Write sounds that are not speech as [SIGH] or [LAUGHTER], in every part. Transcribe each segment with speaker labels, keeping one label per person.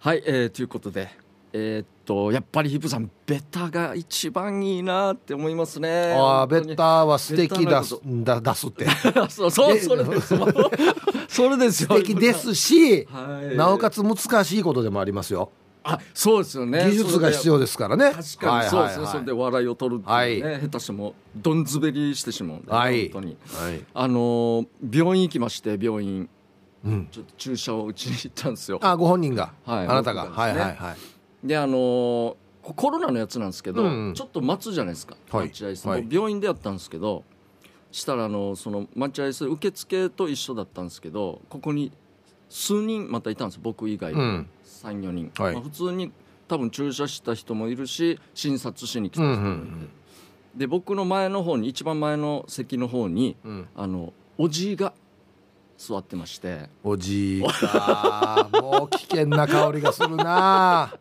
Speaker 1: はい、えーということで、えーっとやっぱりヒップさんベタが一番いいなって思いますね。
Speaker 2: ああベ
Speaker 1: 本当に
Speaker 2: ッ。タは素敵だ
Speaker 1: ベ
Speaker 2: すだ出
Speaker 1: [LAUGHS]
Speaker 2: すって
Speaker 1: そうそう
Speaker 2: で
Speaker 1: それです。
Speaker 2: [LAUGHS]
Speaker 1: それです
Speaker 2: 素
Speaker 1: よ。
Speaker 2: 敵ですし、
Speaker 1: はい
Speaker 2: なおかつ難しいことでもありますよ、
Speaker 1: あそうですよね。
Speaker 2: 技術が必
Speaker 1: 要。
Speaker 2: 要ですからね
Speaker 1: 確かにそうですね。それで
Speaker 2: は
Speaker 1: 笑いを取るっていうね、下手してもどんずべりしてしまうんで、
Speaker 2: はい
Speaker 1: 本当に。
Speaker 2: い、
Speaker 1: あのー病院行きまして病院
Speaker 2: うん、
Speaker 1: ちょっと注射を打ちに行ったんですよ。
Speaker 2: あご本人が、
Speaker 1: はい
Speaker 2: あなたが、
Speaker 1: 僕が
Speaker 2: はい
Speaker 1: ですね
Speaker 2: はいはい
Speaker 1: であのーコロナのやつなんですけど、
Speaker 2: うん
Speaker 1: ちょっと待つじゃないですか、
Speaker 2: はい
Speaker 1: 待合室、
Speaker 2: はい
Speaker 1: 病院でやったんですけどしたらあのその待合室受付と一緒だったんですけどここに数人またいたんです僕以外、
Speaker 2: うん
Speaker 1: 34人、
Speaker 2: はい
Speaker 1: まあ、普通に多分注射した人もいるし診察しに来
Speaker 2: う
Speaker 1: た
Speaker 2: ん
Speaker 1: 人
Speaker 2: う
Speaker 1: もいて、
Speaker 2: ん
Speaker 1: で僕の前の方に一番前の席の方に
Speaker 2: うんうん
Speaker 1: あのおじいが座ってまして
Speaker 2: おじいかもう危険な香りがする
Speaker 1: [LAUGHS]
Speaker 2: な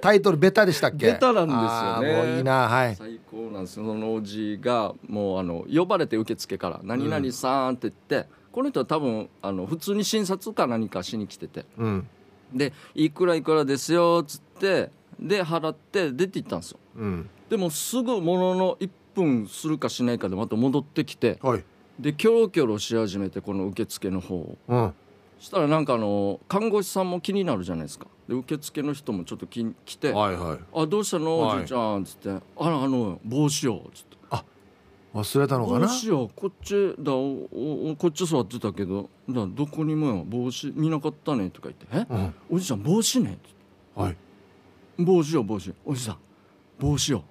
Speaker 2: タイトルベタでしたっけ
Speaker 1: ベタなんですよね
Speaker 2: あーもういいなは
Speaker 1: [LAUGHS]
Speaker 2: い
Speaker 1: 最高なんですよそのおじいがもうあの呼ばれて受付から「何々さん」って言って、この人は多分あの普通に診察か何かしに来てて
Speaker 2: うん
Speaker 1: で「いくらいくらですよ」っつってで払って出て行ったんですよ
Speaker 2: うん
Speaker 1: でもすぐものの1分するかしないかでまた戻ってきて
Speaker 2: はい
Speaker 1: でキョロキョロし始めてこの受付の方を
Speaker 2: うん
Speaker 1: したらなんかあの看護師さんも気になるじゃないですかで受付の人もちょっとき来て
Speaker 2: はいはい
Speaker 1: 「あどうしたの
Speaker 2: はい
Speaker 1: おじいちゃん」っつって「あらあの帽子を」っつって。
Speaker 2: 忘れたのか
Speaker 1: 帽
Speaker 2: な
Speaker 1: 子よこっちだおおおこっち座ってたけどだどこにもよ帽子見なかったねとか言って「え
Speaker 2: うん
Speaker 1: おじさん帽子ね」
Speaker 2: はい
Speaker 1: 帽子よ帽子おじさん帽子を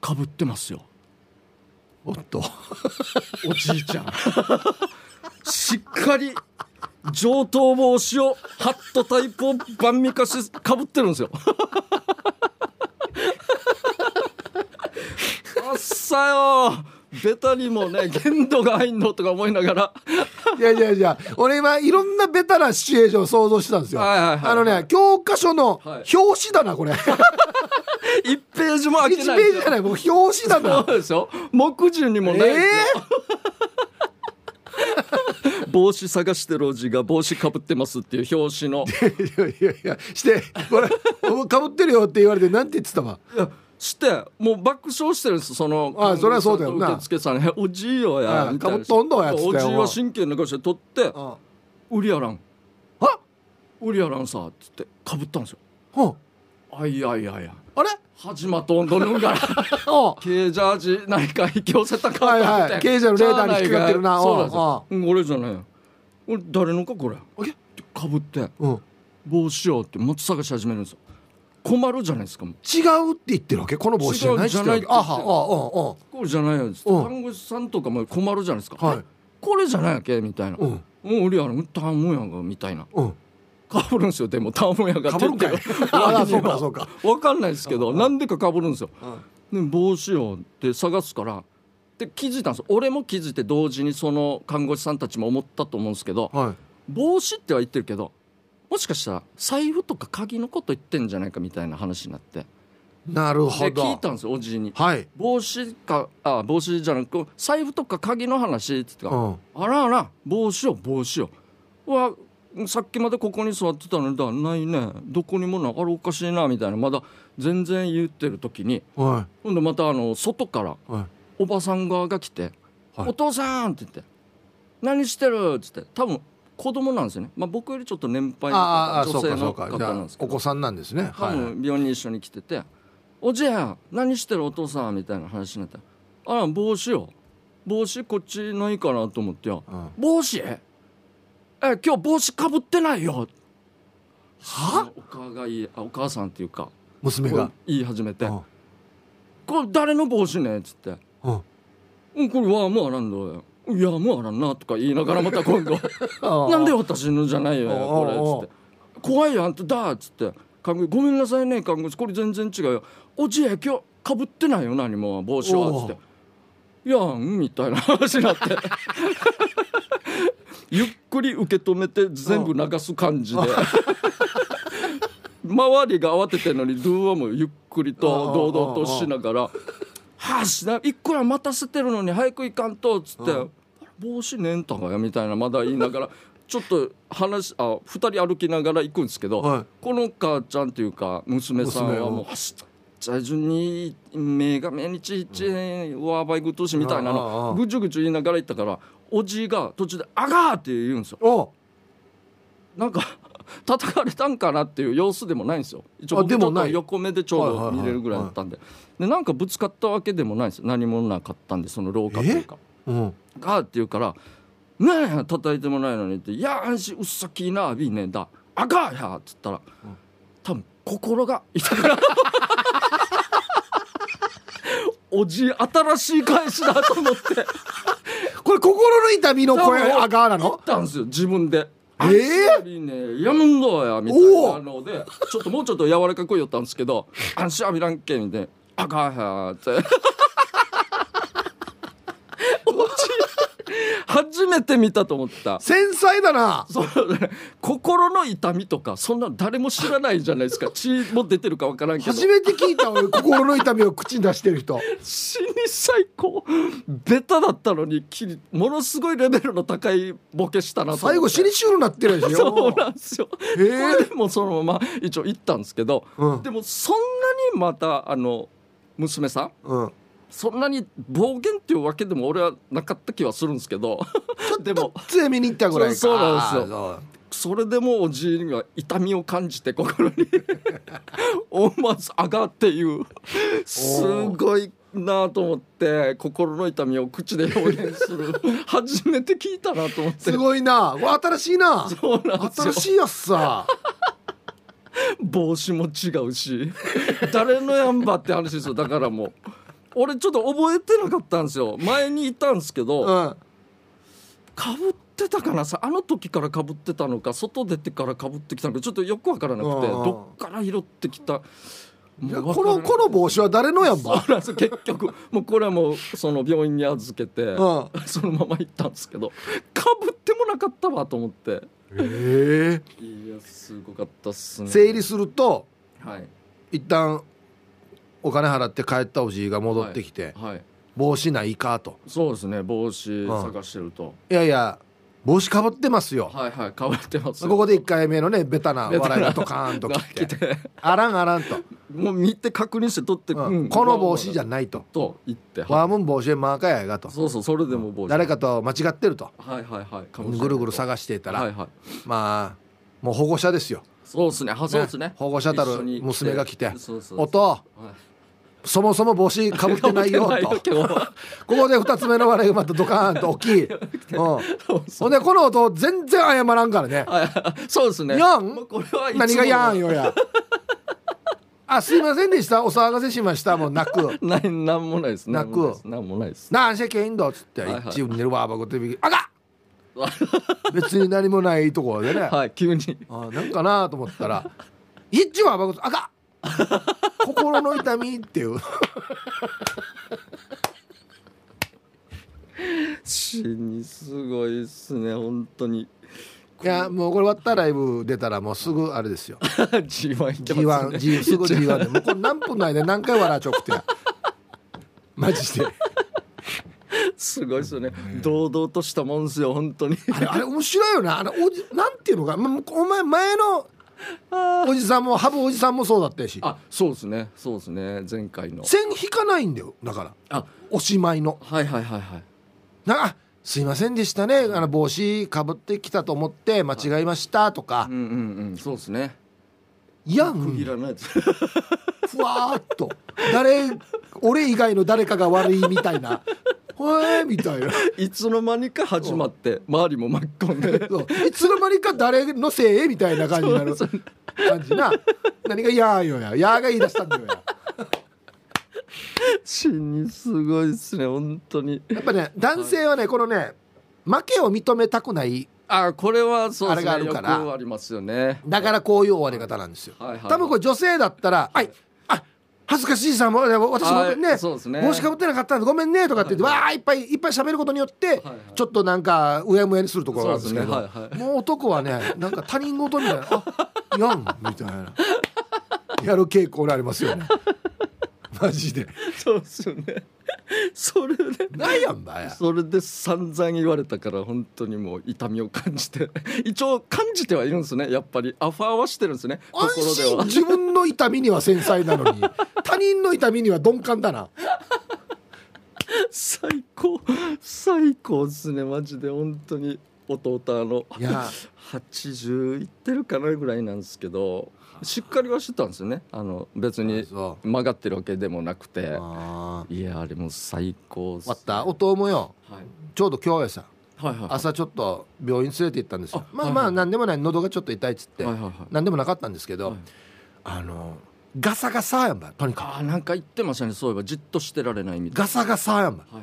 Speaker 1: かぶってますよ
Speaker 2: おっと
Speaker 1: おじいちゃんしっかり上等帽子をハットタイプを万味化してかぶってるんですよ [LAUGHS] あっさよベタにもね限度が入んのとか思いながら
Speaker 2: [LAUGHS] いやいやいや俺今いろんなベタなシチュエーションを想像してたんですよ、
Speaker 1: はいはいはい
Speaker 2: あのね教科書の
Speaker 1: はい
Speaker 2: 表紙だ
Speaker 1: [LAUGHS]
Speaker 2: なこれ、
Speaker 1: 一ページも開
Speaker 2: 一
Speaker 1: け
Speaker 2: 1
Speaker 1: ない
Speaker 2: ページじゃないもう表紙
Speaker 1: そ
Speaker 2: だな
Speaker 1: うでしょ目次にもない、
Speaker 2: え
Speaker 1: 帽子探してるおじが帽子かぶってますっていう表紙の
Speaker 2: え [LAUGHS] いやいやいやしてこ [LAUGHS] れかぶってるよって言われてなんて言ってたわ
Speaker 1: してもう爆笑してるんですその
Speaker 2: あそりゃそうだよな
Speaker 1: 受付さんに「 [LAUGHS] おじいよや
Speaker 2: あ」
Speaker 1: みたいな
Speaker 2: かぶっとんのやつって
Speaker 1: おじいは神経抜かして取って
Speaker 2: あ
Speaker 1: 「ウリアラン
Speaker 2: あ
Speaker 1: ウリアランさ」っつってかぶったんですよ
Speaker 2: うん
Speaker 1: 「あいやいやいや
Speaker 2: あ
Speaker 1: [LAUGHS]
Speaker 2: れ
Speaker 1: 始まっとんどるんから
Speaker 2: うん
Speaker 1: 軽ジャージ何か引き寄せたか
Speaker 2: はいはい軽ジャーのレーダーに引っかかってるな
Speaker 1: そうなんです
Speaker 2: おうお
Speaker 1: ようん俺じゃないよ俺誰のかこれかぶって
Speaker 2: うん、
Speaker 1: 帽子をって松探し始めるんですよ困るじゃないですかもう
Speaker 2: 違うって言ってるわけこの帽子じゃないって言ってるわ
Speaker 1: [LAUGHS]
Speaker 2: け
Speaker 1: 違うじゃ
Speaker 2: あ
Speaker 1: ないって言ってるこれじゃな
Speaker 2: はあ
Speaker 1: いやつって
Speaker 2: うん
Speaker 1: 看護師さんとかも困るじゃないですか、
Speaker 2: はい
Speaker 1: えこれじゃないやけみたいな
Speaker 2: あああうん
Speaker 1: うん俺やろ頼むやんかみたいな
Speaker 2: うん
Speaker 1: かぶるんですよでも頼むやんか
Speaker 2: かぶるんかい
Speaker 1: って言って
Speaker 2: [LAUGHS] ああそうかそ
Speaker 1: [LAUGHS]
Speaker 2: うか
Speaker 1: わかんないですけどなんでかかぶるんですよ
Speaker 2: うん
Speaker 1: で帽子をって探すからで気づいたんです俺も気づいて同時にその看護師さんたちも思ったと思うんですけど
Speaker 2: はい
Speaker 1: 帽子っては言ってるけどもしかしたら財布とか鍵のこと言ってんじゃないかみたいな話になって
Speaker 2: なる
Speaker 1: で
Speaker 2: ほど
Speaker 1: 聞いたんですよおじいに
Speaker 2: はい
Speaker 1: 帽子かあ帽子じゃなく財布とか鍵の話って言ってた、
Speaker 2: うん
Speaker 1: あらあら帽子よ帽子ようわさっきまでここに座ってたのにだないねどこにもないあれおかしいなみたいなまだ全然言ってる時に
Speaker 2: は
Speaker 1: ほんでまたあの外から
Speaker 2: いはい
Speaker 1: おばさん側が来て「
Speaker 2: はい
Speaker 1: お父さん!」って言って「何してる?」っつって多分子供なんですよね、まあ、僕よりちょっと年配の
Speaker 2: あああ
Speaker 1: 方
Speaker 2: そ
Speaker 1: 女
Speaker 2: うか
Speaker 1: 性
Speaker 2: そ
Speaker 1: の
Speaker 2: うか
Speaker 1: 方
Speaker 2: じ
Speaker 1: な
Speaker 2: ゃ
Speaker 1: ん
Speaker 2: あ
Speaker 1: ですけ
Speaker 2: お
Speaker 1: ど
Speaker 2: 子さんなんですね
Speaker 1: 多
Speaker 2: はいはい
Speaker 1: 分病院に一緒に来てて「おじや何してるお父さん」みたいな話になったら「あら帽子よ帽子こっちないかなと思ってよ
Speaker 2: うん
Speaker 1: 帽子え今日帽子かぶってないよ」はお母がいいあお母さんっていうか
Speaker 2: 娘
Speaker 1: こ
Speaker 2: が
Speaker 1: う言い始めて
Speaker 2: うん
Speaker 1: 「これ誰の帽子ね」っつって
Speaker 2: うん
Speaker 1: 「うんこれはもうあらんどよいやもうあらんな」とか言いながらまた今度
Speaker 2: [LAUGHS]
Speaker 1: [LAUGHS]
Speaker 2: あ
Speaker 1: なんで私のじゃないよ
Speaker 2: おうおう
Speaker 1: これ」つって「怖いよあんただ」っつって看護師「ごめんなさいね看護師これ全然違うよおじや今日かぶってないよ何も帽子は」
Speaker 2: おう
Speaker 1: つって「いやうん」みたいな話になって
Speaker 2: [LAUGHS]
Speaker 1: ゆっくり受け止めて全部流す感じで。 [LAUGHS] 周りが慌ててるのにドゥーはもうゆっくりと堂々としながら「はあしないくら待たせてるのに早く行かんと」っつって「帽子ねんたがや」みたいなまだ言いながら [LAUGHS] ちょっと話あ2人歩きながら行くんですけど、
Speaker 2: はい
Speaker 1: この母ちゃんというか娘さん
Speaker 2: 娘
Speaker 1: は
Speaker 2: を
Speaker 1: もう走っちゃじゅに目が目にちいちいわバイク通しみたいな
Speaker 2: ああああ
Speaker 1: のぐちゅぐちゅ言いながら行ったからおじいが途中で「あがー!」って言うんですよ
Speaker 2: お
Speaker 1: なんか [LAUGHS] 叩かれたんかなっていう様子でもないんですよ一応
Speaker 2: あ
Speaker 1: 僕
Speaker 2: でも
Speaker 1: ちょっ
Speaker 2: な
Speaker 1: と
Speaker 2: い
Speaker 1: 横目でちょう
Speaker 2: はい
Speaker 1: ど
Speaker 2: はいはい
Speaker 1: 見れるぐらいだったんででなんかぶつかったわけでもないんですよ何もなかったんでその廊下っていうか。
Speaker 2: うん
Speaker 1: がって言うから「ねえ叩いてもないのに」って「いやあんしうっさきいなあびんねんだあかんや」っつったら、多分心が痛
Speaker 2: [LAUGHS]
Speaker 1: くなるおじい新しい返しだと思って行
Speaker 2: これ心の痛みの声あがー
Speaker 1: [LAUGHS]
Speaker 2: なの
Speaker 1: ったんですよ自分で。
Speaker 2: えー
Speaker 1: あんしあびんねえやむんどやみたい
Speaker 2: お
Speaker 1: な
Speaker 2: お
Speaker 1: のでちょっともうちょっと柔らかく言ったんですけ
Speaker 2: [LAUGHS]
Speaker 1: ど「あんしあびらんけん」で「あかんや」っておじい初めて見たと思った
Speaker 2: 繊細だな
Speaker 1: [LAUGHS] そう心の痛みとかそんなの誰も知らないじゃないです
Speaker 2: [LAUGHS]
Speaker 1: か血も出てるか分からんけど
Speaker 2: 初めて聞いた俺心の痛みを口に出して
Speaker 1: [LAUGHS]
Speaker 2: る人
Speaker 1: 死に最高ベタだったのにきものすごいレベルの高いボケしたなと思って
Speaker 2: 最後死にしゅになってるでし
Speaker 1: そう
Speaker 2: ょ
Speaker 1: なんですよ、
Speaker 2: えー
Speaker 1: それでもそのまま一応行ったんですけど、
Speaker 2: うん
Speaker 1: でもそんなにまたあの娘さん
Speaker 2: うん
Speaker 1: そんなに暴言っていうわけでも俺はなかった気はするんですけどでも
Speaker 2: 杖見に行ったぐらいか
Speaker 1: そうそうなんです
Speaker 2: よ
Speaker 1: それでもおじいには痛みを感じて心に思わず上がっていうすごいなと思って心の痛みを口で表現する初めて聞いたなと思って
Speaker 2: すごいなうわ新しいな
Speaker 1: そうなんですよ
Speaker 2: 新しいやつさ
Speaker 1: 帽子も違うし [LAUGHS] 誰のやんばって話ですよだからもう俺ちょっと覚えてなかったんですよ前にいたんですけど、
Speaker 2: うん
Speaker 1: かぶってたかなさあの時からかぶってたのか外出てからかぶってきたのかちょっとよくわからなくて
Speaker 2: うんうん
Speaker 1: どっから拾ってきた
Speaker 2: い
Speaker 1: も
Speaker 2: や
Speaker 1: うわ
Speaker 2: こ
Speaker 1: から
Speaker 2: の
Speaker 1: ない
Speaker 2: この帽子は誰のやんば
Speaker 1: そうなんですよ結局もうこれはもうその病院に預けて、
Speaker 2: うん
Speaker 1: そのまま行ったんですけどかぶってもなかったわと思って
Speaker 2: え
Speaker 1: いやすごかったっす
Speaker 2: え
Speaker 1: ね
Speaker 2: 整理すると
Speaker 1: はい
Speaker 2: 一旦お金払って帰ったおじいが戻ってきて、
Speaker 1: はい
Speaker 2: 帽子ないかと
Speaker 1: そうですね帽子探してると、
Speaker 2: いやいや帽子かぶってますよ、
Speaker 1: はいはいかぶってます
Speaker 2: ここで1回目のねベタな
Speaker 1: ベタな
Speaker 2: 笑いがドカー
Speaker 1: [LAUGHS]
Speaker 2: ンと
Speaker 1: が
Speaker 2: 来て
Speaker 1: 来て
Speaker 2: あらんあらんと、
Speaker 1: もう見て確認して取って、
Speaker 2: うん
Speaker 1: うん
Speaker 2: この帽子じゃないと
Speaker 1: と言って
Speaker 2: ワームン帽子へマーカーやがと
Speaker 1: そうそうそれでも帽子
Speaker 2: 誰かと間違ってると
Speaker 1: はいはいはいかもしれない
Speaker 2: ぐるぐる探していたら、
Speaker 1: はいはい
Speaker 2: まあもう保護者ですよ、
Speaker 1: そうですねはそうですね
Speaker 2: 保護者たる
Speaker 1: 一緒に
Speaker 2: 娘が来て
Speaker 1: そうそう
Speaker 2: おと
Speaker 1: はい
Speaker 2: そもそも帽子かぶってない
Speaker 1: [LAUGHS]
Speaker 2: よ
Speaker 1: かぶ
Speaker 2: と
Speaker 1: っ。てないよ今日
Speaker 2: ここで2つ目の笑いがまたドカーンと大き
Speaker 1: [LAUGHS]
Speaker 2: い、うん、ほんでこの音全然謝らんからね
Speaker 1: はいそうです
Speaker 2: 「
Speaker 1: ね。
Speaker 2: や
Speaker 1: もうんこれはいつもの
Speaker 2: 何がやんよや」「あすいませんでしたお騒がせしました」もなく
Speaker 1: ないなんもないです。
Speaker 2: 泣く
Speaker 1: なんもないで
Speaker 2: 「
Speaker 1: す。
Speaker 2: なんしゃけんど」っつって
Speaker 1: はいはい
Speaker 2: 一部に寝るわばごてびあかん別に何もないところでね、
Speaker 1: はい急に
Speaker 2: あなんかなと思ったら「一部はばごてあか
Speaker 1: [LAUGHS]
Speaker 2: ん心の痛み」っていう
Speaker 1: 死にすごいですね本当に。
Speaker 2: いやもうこれ終わったライブ出たらもうすぐあれですよ
Speaker 1: [LAUGHS] G1 行ってます、ね。
Speaker 2: G1G すぐ G1 でもうこれ何分ないで何回笑っちゃうくてマジで。
Speaker 1: すごいですよね。堂々としたもんですよ本当に。
Speaker 2: あれあれ面白いよなあのおじなんていうのか、ま、お前前のおじさんもハブおじさんもそうだったし
Speaker 1: あそうですねそうですね前回の。
Speaker 2: 線引かないんだよだから
Speaker 1: あ
Speaker 2: おしまいの
Speaker 1: はいはいはいはい。
Speaker 2: なあすいませんでしたねあの帽子かぶってきたと思って間違えましたとか
Speaker 1: うんうんうんそうですね。
Speaker 2: いや
Speaker 1: 区切
Speaker 2: ん
Speaker 1: らないです。 [LAUGHS]
Speaker 2: ふわーっと誰俺以外の誰かが悪いみたいな「ほえ」みたいな。
Speaker 1: いつの間にか始まって周りも巻き込んで。
Speaker 2: [LAUGHS] そういつの間にか誰のせいみたいな感じになる
Speaker 1: そう
Speaker 2: 感じな何が「やーよや」「やー」が言い出したんだよや。
Speaker 1: 死にすごいですね本当に。
Speaker 2: やっぱね男性はねこのね負けを認めたくない
Speaker 1: あこれはそうですね
Speaker 2: あれがあるから
Speaker 1: よくありますよ
Speaker 2: [LAUGHS]
Speaker 1: ね
Speaker 2: だからこういう終わり方なんですよ、
Speaker 1: はいはいはい
Speaker 2: 多分これ女性だったら「はいあ恥ずかしいさもう私も
Speaker 1: はい
Speaker 2: ね,、
Speaker 1: そうですね
Speaker 2: 帽子かぶってなかったんでごめんね」とかって言って、わあいっぱいいっぱい喋ることによって、
Speaker 1: はい
Speaker 2: ちょっとなんかうやむやにするところがあるんですけど
Speaker 1: そうですねはいは
Speaker 2: もう男はねなんか他人事みたいな「あやん」みたいな
Speaker 1: [LAUGHS]
Speaker 2: やる傾向にありますよねマジで
Speaker 1: そうですよね [LAUGHS] それで
Speaker 2: なんやんだよ
Speaker 1: それで散々言われたから本当にもう痛みを感じて [LAUGHS] 一応感じてはいるんですねやっぱりアファーはしてるんですね
Speaker 2: 安
Speaker 1: 心で
Speaker 2: 心
Speaker 1: は
Speaker 2: 自分の痛みには繊細なのに他人の痛みには鈍感だな
Speaker 1: 最高最高ですねマジで本当に弟あの
Speaker 2: いや
Speaker 1: 80いってるかなぐらいなんですけどしっかりはしてたんですよねあの別に
Speaker 2: そう
Speaker 1: 曲がってるわけでもなくて
Speaker 2: あー
Speaker 1: いやあれもう最高っす
Speaker 2: 終わった音もよ
Speaker 1: はい
Speaker 2: ちょうど今日やさ
Speaker 1: はいはい
Speaker 2: 朝ちょっと病院連れて行ったんですよ
Speaker 1: あ
Speaker 2: まあ
Speaker 1: はい
Speaker 2: ま
Speaker 1: は
Speaker 2: あ
Speaker 1: い
Speaker 2: 何でもない喉がちょっと痛いっつって
Speaker 1: はいはいはい
Speaker 2: 何でもなかったんですけど、
Speaker 1: はい
Speaker 2: あのガサガサやんばとにか
Speaker 1: あーなんか言ってましたねそういえばじっとしてられないみ
Speaker 2: く
Speaker 1: たい
Speaker 2: ガサガサやん
Speaker 1: な
Speaker 2: ば
Speaker 1: はいはい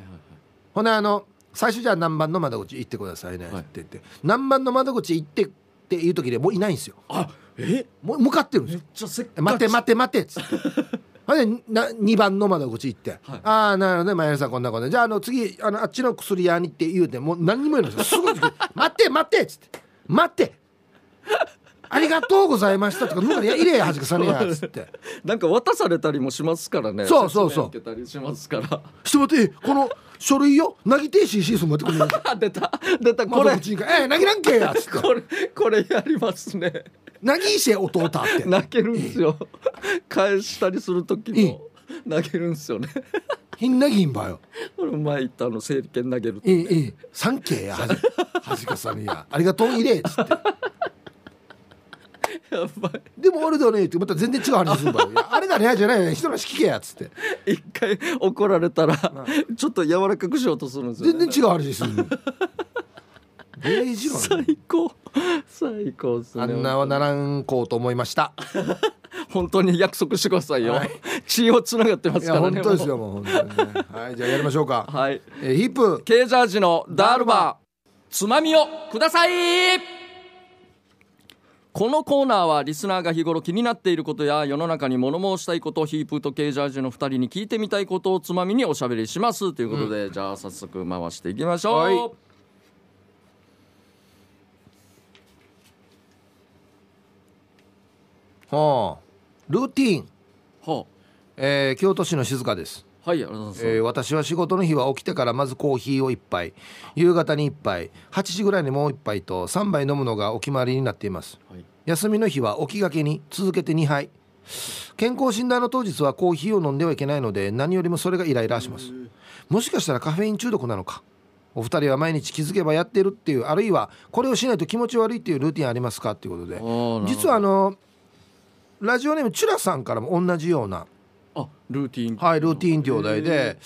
Speaker 1: はい
Speaker 2: ほなあの最初じゃあ何番の窓口行ってくださいねって
Speaker 1: はい
Speaker 2: 言って、何番の窓口行ってっていう時でもういないんですよ
Speaker 1: あえ
Speaker 2: もう向かってるんです
Speaker 1: め
Speaker 2: よ
Speaker 1: っちゃせっか
Speaker 2: 「
Speaker 1: ち
Speaker 2: 待て待て待て」っつって
Speaker 1: [LAUGHS]
Speaker 2: ほんでな2番の窓口行って「
Speaker 1: はい
Speaker 2: ああなるほどね前田さんこんなことねじゃああの次あのあっちの薬屋に」って言うてもう何にも言うんですよすごい時待て待て」っつって「待て」ありがとうございましたとか、なんか、いや、いれや、はじかさねや、つって。
Speaker 1: なんか渡されたりもしますからね
Speaker 2: そうそうそう
Speaker 1: 説明受けたりしますから [LAUGHS]
Speaker 2: して待って、この書類よ、なぎてえし、シース持ってくれ。
Speaker 1: あ出た出たこ
Speaker 2: 窓
Speaker 1: れ
Speaker 2: 口にか、ええ、なぎらんけや、つって。
Speaker 1: これこれやりますね
Speaker 2: なぎいしえ、弟って。
Speaker 1: 泣けるんですよ返したりする時も泣けるんですよね
Speaker 2: ひんなぎんばよ。
Speaker 1: この前言ったあの整理券投げる
Speaker 2: いい、いい、三けや、はじ、はじかさねや、ありがとう、いれ、つって。
Speaker 1: やば
Speaker 2: でもあれだよねってまた全然違う話するんだ [LAUGHS] よいやあれだねじゃないよね人の話聞けやっつって
Speaker 1: い一回怒られたらちょっと柔らかくしようとするんですよ
Speaker 2: 全
Speaker 1: ね
Speaker 2: 然違う話するの大事よね
Speaker 1: 最高最高ですね
Speaker 2: あんなはならんこうと思いました
Speaker 1: 本当に約束してくださいよ、
Speaker 2: はい
Speaker 1: 血をつながってま
Speaker 2: [LAUGHS] い
Speaker 1: すか
Speaker 2: や
Speaker 1: らね
Speaker 2: 本当ですよ
Speaker 1: も
Speaker 2: もう本当にねはいじゃあやりましょう
Speaker 1: う
Speaker 2: か
Speaker 1: はい
Speaker 2: えーヒップ
Speaker 1: ケージャージのダールバーつまみをくださいこのコーナーはリスナーが日頃気になっていることや世の中に物申したいことヒープーとケージャージの2人に聞いてみたいことをつまみにおしゃべりしますということで、じゃあ早速回していきましょう、
Speaker 2: はいはあルーティーン、
Speaker 1: は
Speaker 2: えー京都市の静香です
Speaker 1: あ、はいありがとうございます、
Speaker 2: えー私は仕事の日は起きてからまずコーヒーを1杯夕方に1杯8時ぐらいにもう1杯と3杯飲むのがお決まりになっています
Speaker 1: はい
Speaker 2: 休みの日は起きがけに続けて2杯健康診断の当日はコーヒーを飲んではいけないので何よりもそれがイライラしますもしかしたらカフェイン中毒なのかお二人は毎日気づけばやってるっていうあるいはこれをしないと気持ち悪いっていうルーティンありますかっていうことで
Speaker 1: あーなるほど
Speaker 2: 実はあのラジオネームチュラさんからも同じような
Speaker 1: あルーティン
Speaker 2: はい、ルーティーンってお題で、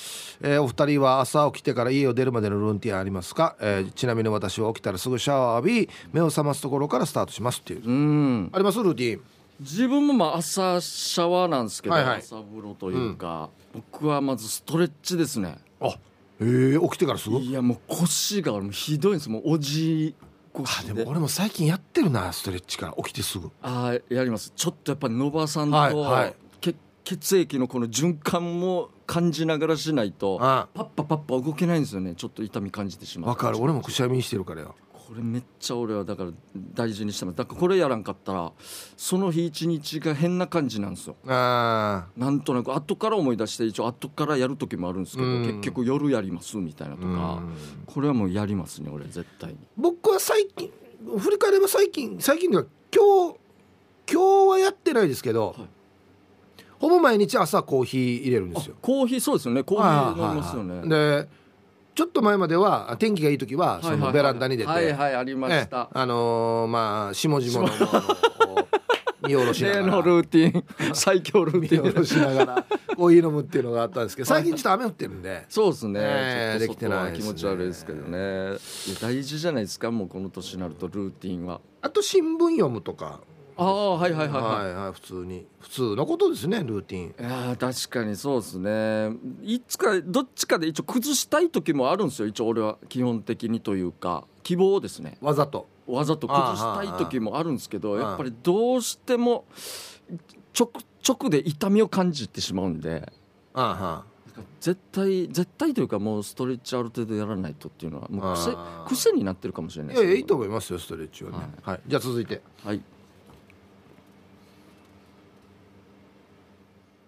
Speaker 2: えーお二人は朝起きてから家を出るまでのルーティーンありますか、えーちなみに私は起きたらすぐシャワーを浴び目を覚ますところからスタートしますっていう、
Speaker 1: うん
Speaker 2: ありますルーティーン
Speaker 1: 自分もまあ朝シャワーなんですけど、
Speaker 2: はいはい
Speaker 1: 朝風呂というか、僕はまずストレッチですね
Speaker 2: あえー、起きてからすぐ
Speaker 1: いやもう腰がもうひどいんですもうおじ
Speaker 2: あ
Speaker 1: 腰
Speaker 2: で
Speaker 1: で
Speaker 2: も俺も最近やってるなストレッチから起きてすぐ
Speaker 1: あーやりますちょっとやっぱり伸ばさんと、
Speaker 2: はいはい
Speaker 1: け血液のこの循環も感じながらしないと
Speaker 2: あ
Speaker 1: パッパパッパ動けないんですよねちょっと痛み感じてしまう
Speaker 2: わかる俺もくしゃみしてるからよ
Speaker 1: これめっちゃ俺はだから大事にしてますだからこれやらんかったらその日一日が変な感じなんですよ
Speaker 2: あ
Speaker 1: なんとなく後から思い出して一応後からやる時もあるんですけど、
Speaker 2: うん
Speaker 1: 結局夜やりますみたいなと
Speaker 2: ー
Speaker 1: か、これはもうやりますね俺絶対に
Speaker 2: 僕は最近振り返れば最近最近では今日今日はやってないですけど、
Speaker 1: はい
Speaker 2: ほぼ毎日朝コーヒー入れるんですよ
Speaker 1: コーヒーそうですよねコーヒー飲みますよね、
Speaker 2: はいはいはいでちょっと前まではあ天気がいい時はそのベランダに出て、
Speaker 1: はいはいありま
Speaker 2: ね
Speaker 1: し、た、
Speaker 2: あのーまあ下々のものを見下ろしな
Speaker 1: 例
Speaker 2: が
Speaker 1: の
Speaker 2: ら
Speaker 1: ルーテ
Speaker 2: [LAUGHS]
Speaker 1: ィン最強ルー
Speaker 2: 見
Speaker 1: テ
Speaker 2: 下
Speaker 1: ィ
Speaker 2: ろ
Speaker 1: ン
Speaker 2: しながらコーヒー飲むっていうのがあったんですけど最近ちょっと雨降ってるんで
Speaker 1: そうですね、
Speaker 2: ね
Speaker 1: ちょっとそこは
Speaker 2: できてないですね
Speaker 1: 気持ち悪いですけどねいや大事じゃないですかもうこの年になるとルーティンは
Speaker 2: あと新聞読むとか
Speaker 1: ああはいはいはい、はい
Speaker 2: はいはい普通に普通のことですねルーティン
Speaker 1: いやー確かにそうですねいつかどっちかで一応崩したい時もあるんですよ一応俺は基本的にというか希望ですね
Speaker 2: わざと
Speaker 1: わざと崩したい時もあるんですけど
Speaker 2: ああああ
Speaker 1: やっぱりどうしても直直で痛みを感じてしまうんで
Speaker 2: あんはん
Speaker 1: 絶対絶対というかもうストレッチある程度やらないとっていうのはもう癖
Speaker 2: ああ
Speaker 1: 癖になってるかもしれない
Speaker 2: い
Speaker 1: です
Speaker 2: やい
Speaker 1: ね
Speaker 2: やいいと思いますよストレッチはね、
Speaker 1: は
Speaker 2: はいじゃあ続いて
Speaker 1: はい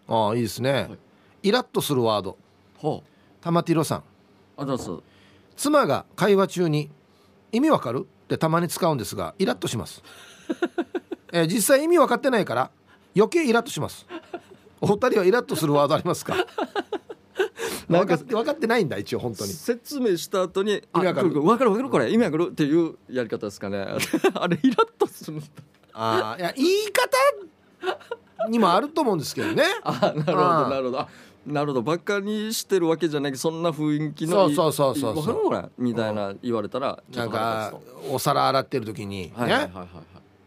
Speaker 2: ああいいですね、
Speaker 1: はい
Speaker 2: イラッとするワード
Speaker 1: は
Speaker 2: 玉ティロさん
Speaker 1: あざっす
Speaker 2: 妻が会話中に「意味わかる?」ってたまに使うんですがイラッとします、えー実際意味わかってないから余計イラッとしますお二人はイラッとするワードありますか
Speaker 1: なん
Speaker 2: 分
Speaker 1: か
Speaker 2: かって分かってないんだ一応本当に
Speaker 1: 説明した後に「あ
Speaker 2: 意味わかる
Speaker 1: これわかるわかるこれ意味わかる」っていうやり方ですかねあれイラッとするんだ
Speaker 2: ああいや言い方にもあると思うんですけどね
Speaker 1: あ [LAUGHS] なるほ
Speaker 2: あ
Speaker 1: ど
Speaker 2: ー
Speaker 1: なるほどあなるほどバカにしてるわけじゃないけどそんな雰囲気のいい
Speaker 2: そうそうそうそうそう
Speaker 1: いいわかるこれみたいな言われたらちょっ
Speaker 2: なん
Speaker 1: と腹
Speaker 2: か
Speaker 1: 立つと
Speaker 2: お皿洗ってる時にね、
Speaker 1: はいはいはいはいはい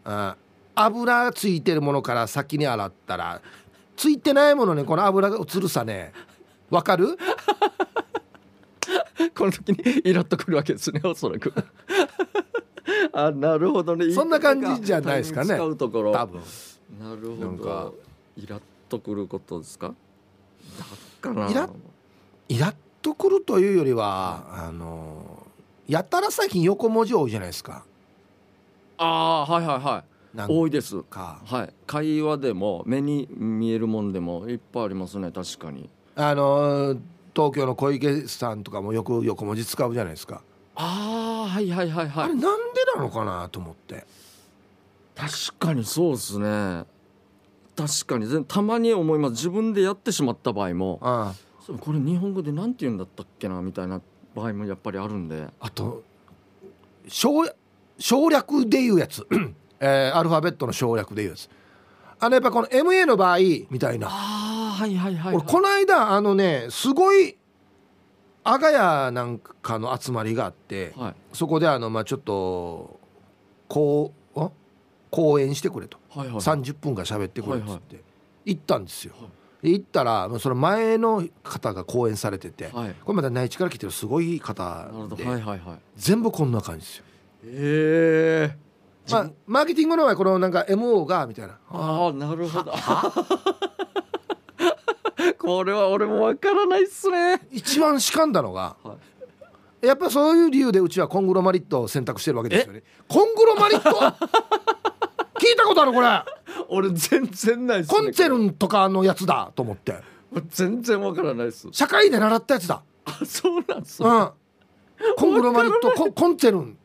Speaker 2: あ油ついてるものから先に洗ったらついてないものにこの油が映るさねわかる
Speaker 1: この時にイラッとくるわけですねおそらく [LAUGHS] あなるほどね
Speaker 2: そんな感じじゃないですかね
Speaker 1: タイミング使うところ
Speaker 2: 多分
Speaker 1: なるほ
Speaker 2: なんか
Speaker 1: どイラッとくることですかだっかな
Speaker 2: イラッイラッとくるというよりはあのやたら最近横文字多いじゃないですか
Speaker 1: ああはいはいはい
Speaker 2: なん
Speaker 1: 多いです
Speaker 2: か
Speaker 1: はい会話でも目に見えるもんでもいっぱいありますね確かに
Speaker 2: あの東京の小池さんとかもよく横文字使うじゃないですか、
Speaker 1: ああはいはいはいは
Speaker 2: あ
Speaker 1: い
Speaker 2: れなんでなのかなと思って
Speaker 1: 確かにそうですね確かに全たまに思います自分でやってしまった場合も
Speaker 2: あ
Speaker 1: そうこれ日本語でなんて言うんだったっけなみたいな場合もやっぱりあるんで
Speaker 2: あと省省略でいうやつ、 [CLEARS THROAT] えーアルファベットの省略でいうやつあのやっぱこの MA の場合みたいな
Speaker 1: ああはいはいはい、
Speaker 2: 俺この間あのねすごい阿賀屋なんかの集まりがあって
Speaker 1: はい
Speaker 2: そこであのまあちょっとこうあ講演してくれと
Speaker 1: はいはい
Speaker 2: 30分間喋ってくれっつ
Speaker 1: は
Speaker 2: っ
Speaker 1: い
Speaker 2: て行ったんですよ
Speaker 1: はい
Speaker 2: で行ったらまあその前の方が講演されてて
Speaker 1: はい
Speaker 2: これまた内地から来てるすごい方
Speaker 1: なるほど
Speaker 2: で
Speaker 1: はいはいはい
Speaker 2: 全部こんな感じですよ
Speaker 1: ええ
Speaker 2: まあ、マーケティングの場合このなんか MO がみたいな
Speaker 1: ああなるほど [LAUGHS] これは俺もわからないっすね
Speaker 2: 一番しかんだのが、
Speaker 1: は
Speaker 2: やっぱそういう理由でうちはコングロマリットを選択してるわけですよねコングロマリ
Speaker 1: [LAUGHS]
Speaker 2: ット聞いたことあるこれ
Speaker 1: 俺全然ないっすね
Speaker 2: コンツェルンとかのやつだと思って
Speaker 1: これ全然わからないっす
Speaker 2: 社会で習ったやつだ、
Speaker 1: あそうなんす
Speaker 2: う
Speaker 1: ね [LAUGHS]
Speaker 2: ん、コングロマリットコンコンツェルン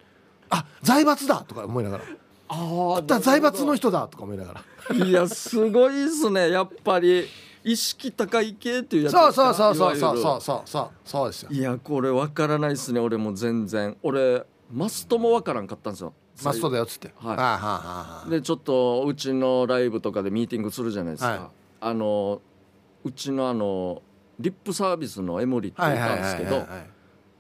Speaker 2: あ財閥だとか思いながら
Speaker 1: ああ
Speaker 2: だ財閥の人だとか思いなが
Speaker 1: [LAUGHS]
Speaker 2: ら
Speaker 1: いやすごいっすねやっぱり意識高い系っていうやつ
Speaker 2: そうそうそうそうそうそううそうそうそうですよ
Speaker 1: いやこれわからないっすね俺も全然俺マストもわからんかったんですよ
Speaker 2: マストだよっつって、
Speaker 1: はい
Speaker 2: ああはあはあ
Speaker 1: でちょっとうちのライブとかでミーティングするじゃないですか、
Speaker 2: はい
Speaker 1: あのうちのあのリップサービスのエモリってい
Speaker 2: は
Speaker 1: う
Speaker 2: いはい
Speaker 1: た
Speaker 2: は
Speaker 1: ん
Speaker 2: い
Speaker 1: です
Speaker 2: は
Speaker 1: け
Speaker 2: い
Speaker 1: ど
Speaker 2: はい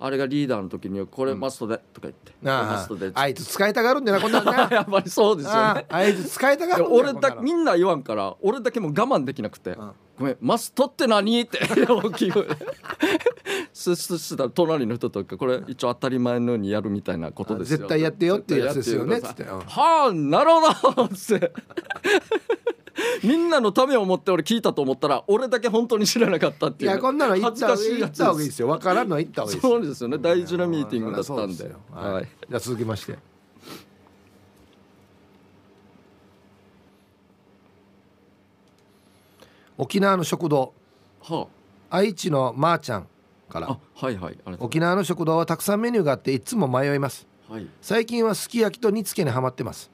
Speaker 1: あれがリーダーの時に「これマストで」とか言って「これ
Speaker 2: ああ
Speaker 1: マストで」 [LAUGHS]
Speaker 2: あいつ使いたがるんだよなこんなんな
Speaker 1: やっぱり [LAUGHS] そうですよ
Speaker 2: あ
Speaker 1: ね
Speaker 2: あいつ使いたが
Speaker 1: で
Speaker 2: るんだよ
Speaker 1: 俺
Speaker 2: こんな
Speaker 1: だ
Speaker 2: の
Speaker 1: みんな言わんから俺だけもう我慢できなくて
Speaker 2: ん
Speaker 1: 「ごめんマストって何?」って [LAUGHS] 大きい声でそそしたら隣の人とかこれ一応当たり前のようにやるみたいなことですよ
Speaker 2: 絶対やってよっていうやつですよね
Speaker 1: 絶対やって
Speaker 2: つってうん
Speaker 1: はあなるほどっつってみんなのためを思って俺聞いたと思ったら俺だけ本当に知らなかったっ
Speaker 2: い
Speaker 1: ていうね
Speaker 2: やこんなの言っ
Speaker 1: 恥ず
Speaker 2: た
Speaker 1: か
Speaker 2: 方が
Speaker 1: し
Speaker 2: い
Speaker 1: い
Speaker 2: い
Speaker 1: や
Speaker 2: 言っ
Speaker 1: つ
Speaker 2: た方がいいですよわからんのは言った方がいい
Speaker 1: そうですよね大事なミーティングだった
Speaker 2: そうんす
Speaker 1: で
Speaker 2: よはい
Speaker 1: はい
Speaker 2: じゃあ続きまして沖縄の食堂
Speaker 1: は
Speaker 2: 愛知のまーちゃんか
Speaker 1: あ
Speaker 2: ら
Speaker 1: あはいはいありがとう
Speaker 2: 沖縄の食堂はたくさんメニューがあっていつも迷います
Speaker 1: はい
Speaker 2: 最近はすき焼きと煮つけにハマってます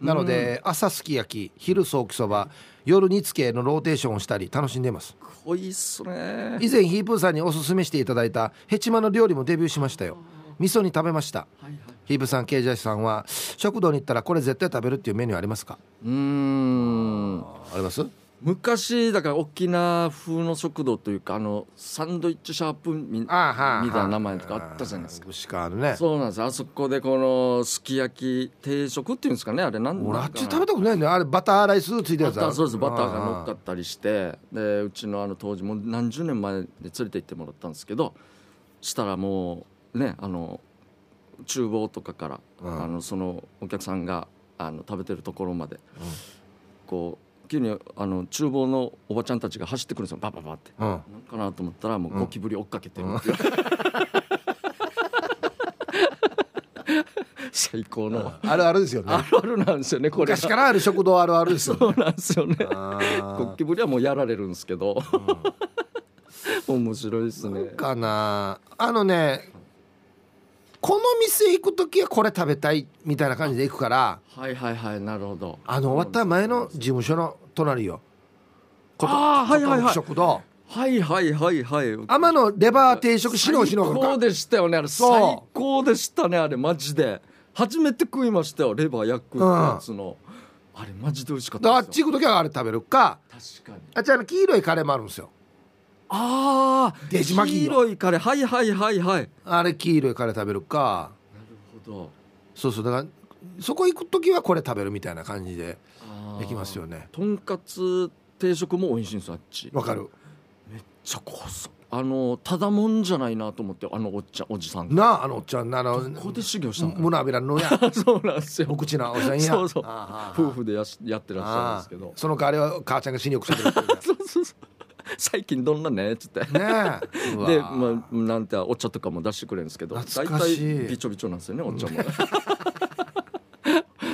Speaker 2: なので朝すき焼き昼ソーキそば夜煮つけのローテーションをしたり楽しんでます
Speaker 1: 濃いっすね
Speaker 2: 以前ヒープーさんにおすすめしていただいたヘチマの料理もデビューしましたよ味噌に食べました
Speaker 1: はいはい
Speaker 2: ヒープーさん経済師さんは食堂に行ったらこれ絶対食べるっていうメニューありますか
Speaker 1: うーん
Speaker 2: あります
Speaker 1: 昔だから沖縄風の食堂というかあのサンドイッチシャープみみ
Speaker 2: あ
Speaker 1: たいな名前とかあったじゃないですか
Speaker 2: 牛かあるね
Speaker 1: そうなんですあそこでこのすき焼き定食っていうんですかねあれなん
Speaker 2: 俺あ
Speaker 1: なん
Speaker 2: っ
Speaker 1: か
Speaker 2: ち食べたことないんだよあれバターライスついてるや
Speaker 1: バ
Speaker 2: つ
Speaker 1: ターそうですバターが乗っか
Speaker 2: っ
Speaker 1: ったりしてでうちのあの当時もう何十年前に連れて行ってもらったんですけどしたらもうねあの厨房とかから、
Speaker 2: うん
Speaker 1: あのそのお客さんがあの食べてるところまで、こう急にあの厨房のおばちゃんたちが走ってくるんですよバババって。
Speaker 2: うん
Speaker 1: なんかなと思ったらもうゴキブリ追っかけてるっていう [LAUGHS] 最高の
Speaker 2: あるあるですよね
Speaker 1: あるあるなんですよねこれが
Speaker 2: 昔からある食堂あるあるですよ
Speaker 1: そうなんですよね
Speaker 2: あー
Speaker 1: ゴキブリはもうやられるんですけど、面白いですね
Speaker 2: かなあのねこの店行く時はこれ食べたいみたいな感じで行くから
Speaker 1: はいはいはいなるほど
Speaker 2: あの終わった前の事務所の隣よ
Speaker 1: ああはいはい
Speaker 2: ここ
Speaker 1: はい
Speaker 2: 食堂
Speaker 1: はいはいはいはい
Speaker 2: 天野レバー定食しのしの
Speaker 1: 最
Speaker 2: こ
Speaker 1: 高
Speaker 2: か
Speaker 1: でしたよねあれ
Speaker 2: そう
Speaker 1: 最高でしたねあれマジで初めて食いましたよレバー焼くやつの、あれマジで美味しかっ
Speaker 2: だからあ
Speaker 1: た
Speaker 2: っ
Speaker 1: です
Speaker 2: ち
Speaker 1: よ
Speaker 2: 行く時はあれ食べるか
Speaker 1: 確かに
Speaker 2: あっちあの黄色いカレーもあるんですよ
Speaker 1: ああ
Speaker 2: デジ巻き
Speaker 1: 黄
Speaker 2: よ
Speaker 1: 色いカレーはいはいはいはいなる
Speaker 2: あれ黄色いカレー食べるか
Speaker 1: ほど
Speaker 2: そうそうだからそこ行く時はこれ食べるみたいな感じで
Speaker 1: あー
Speaker 2: できますよね
Speaker 1: とんかつ定食も美味しいんですよあっち
Speaker 2: わかる
Speaker 1: めっちゃ細いあのただもんじゃないなと思ってあのおっちゃんおじさんが
Speaker 2: なああのおっちゃんあの
Speaker 1: ここで修行したのかな
Speaker 2: 胸びらんのや
Speaker 1: そうなんです
Speaker 2: お
Speaker 1: よ
Speaker 2: 口なおじさんや
Speaker 1: [LAUGHS] そうそう
Speaker 2: あー
Speaker 1: 夫婦でやしやってらっしゃるんですけ
Speaker 2: あ
Speaker 1: ど
Speaker 2: ーその代わりは母ちゃんが死によくしてるっていうね
Speaker 1: [LAUGHS] そうそうそう最近どんなねっつって
Speaker 2: ねえうわ
Speaker 1: で、まあ、なんてお茶とかも出してくれるんですけど大
Speaker 2: 懐かしい
Speaker 1: 体びちょびちょなんですよねお茶
Speaker 2: [LAUGHS]
Speaker 1: も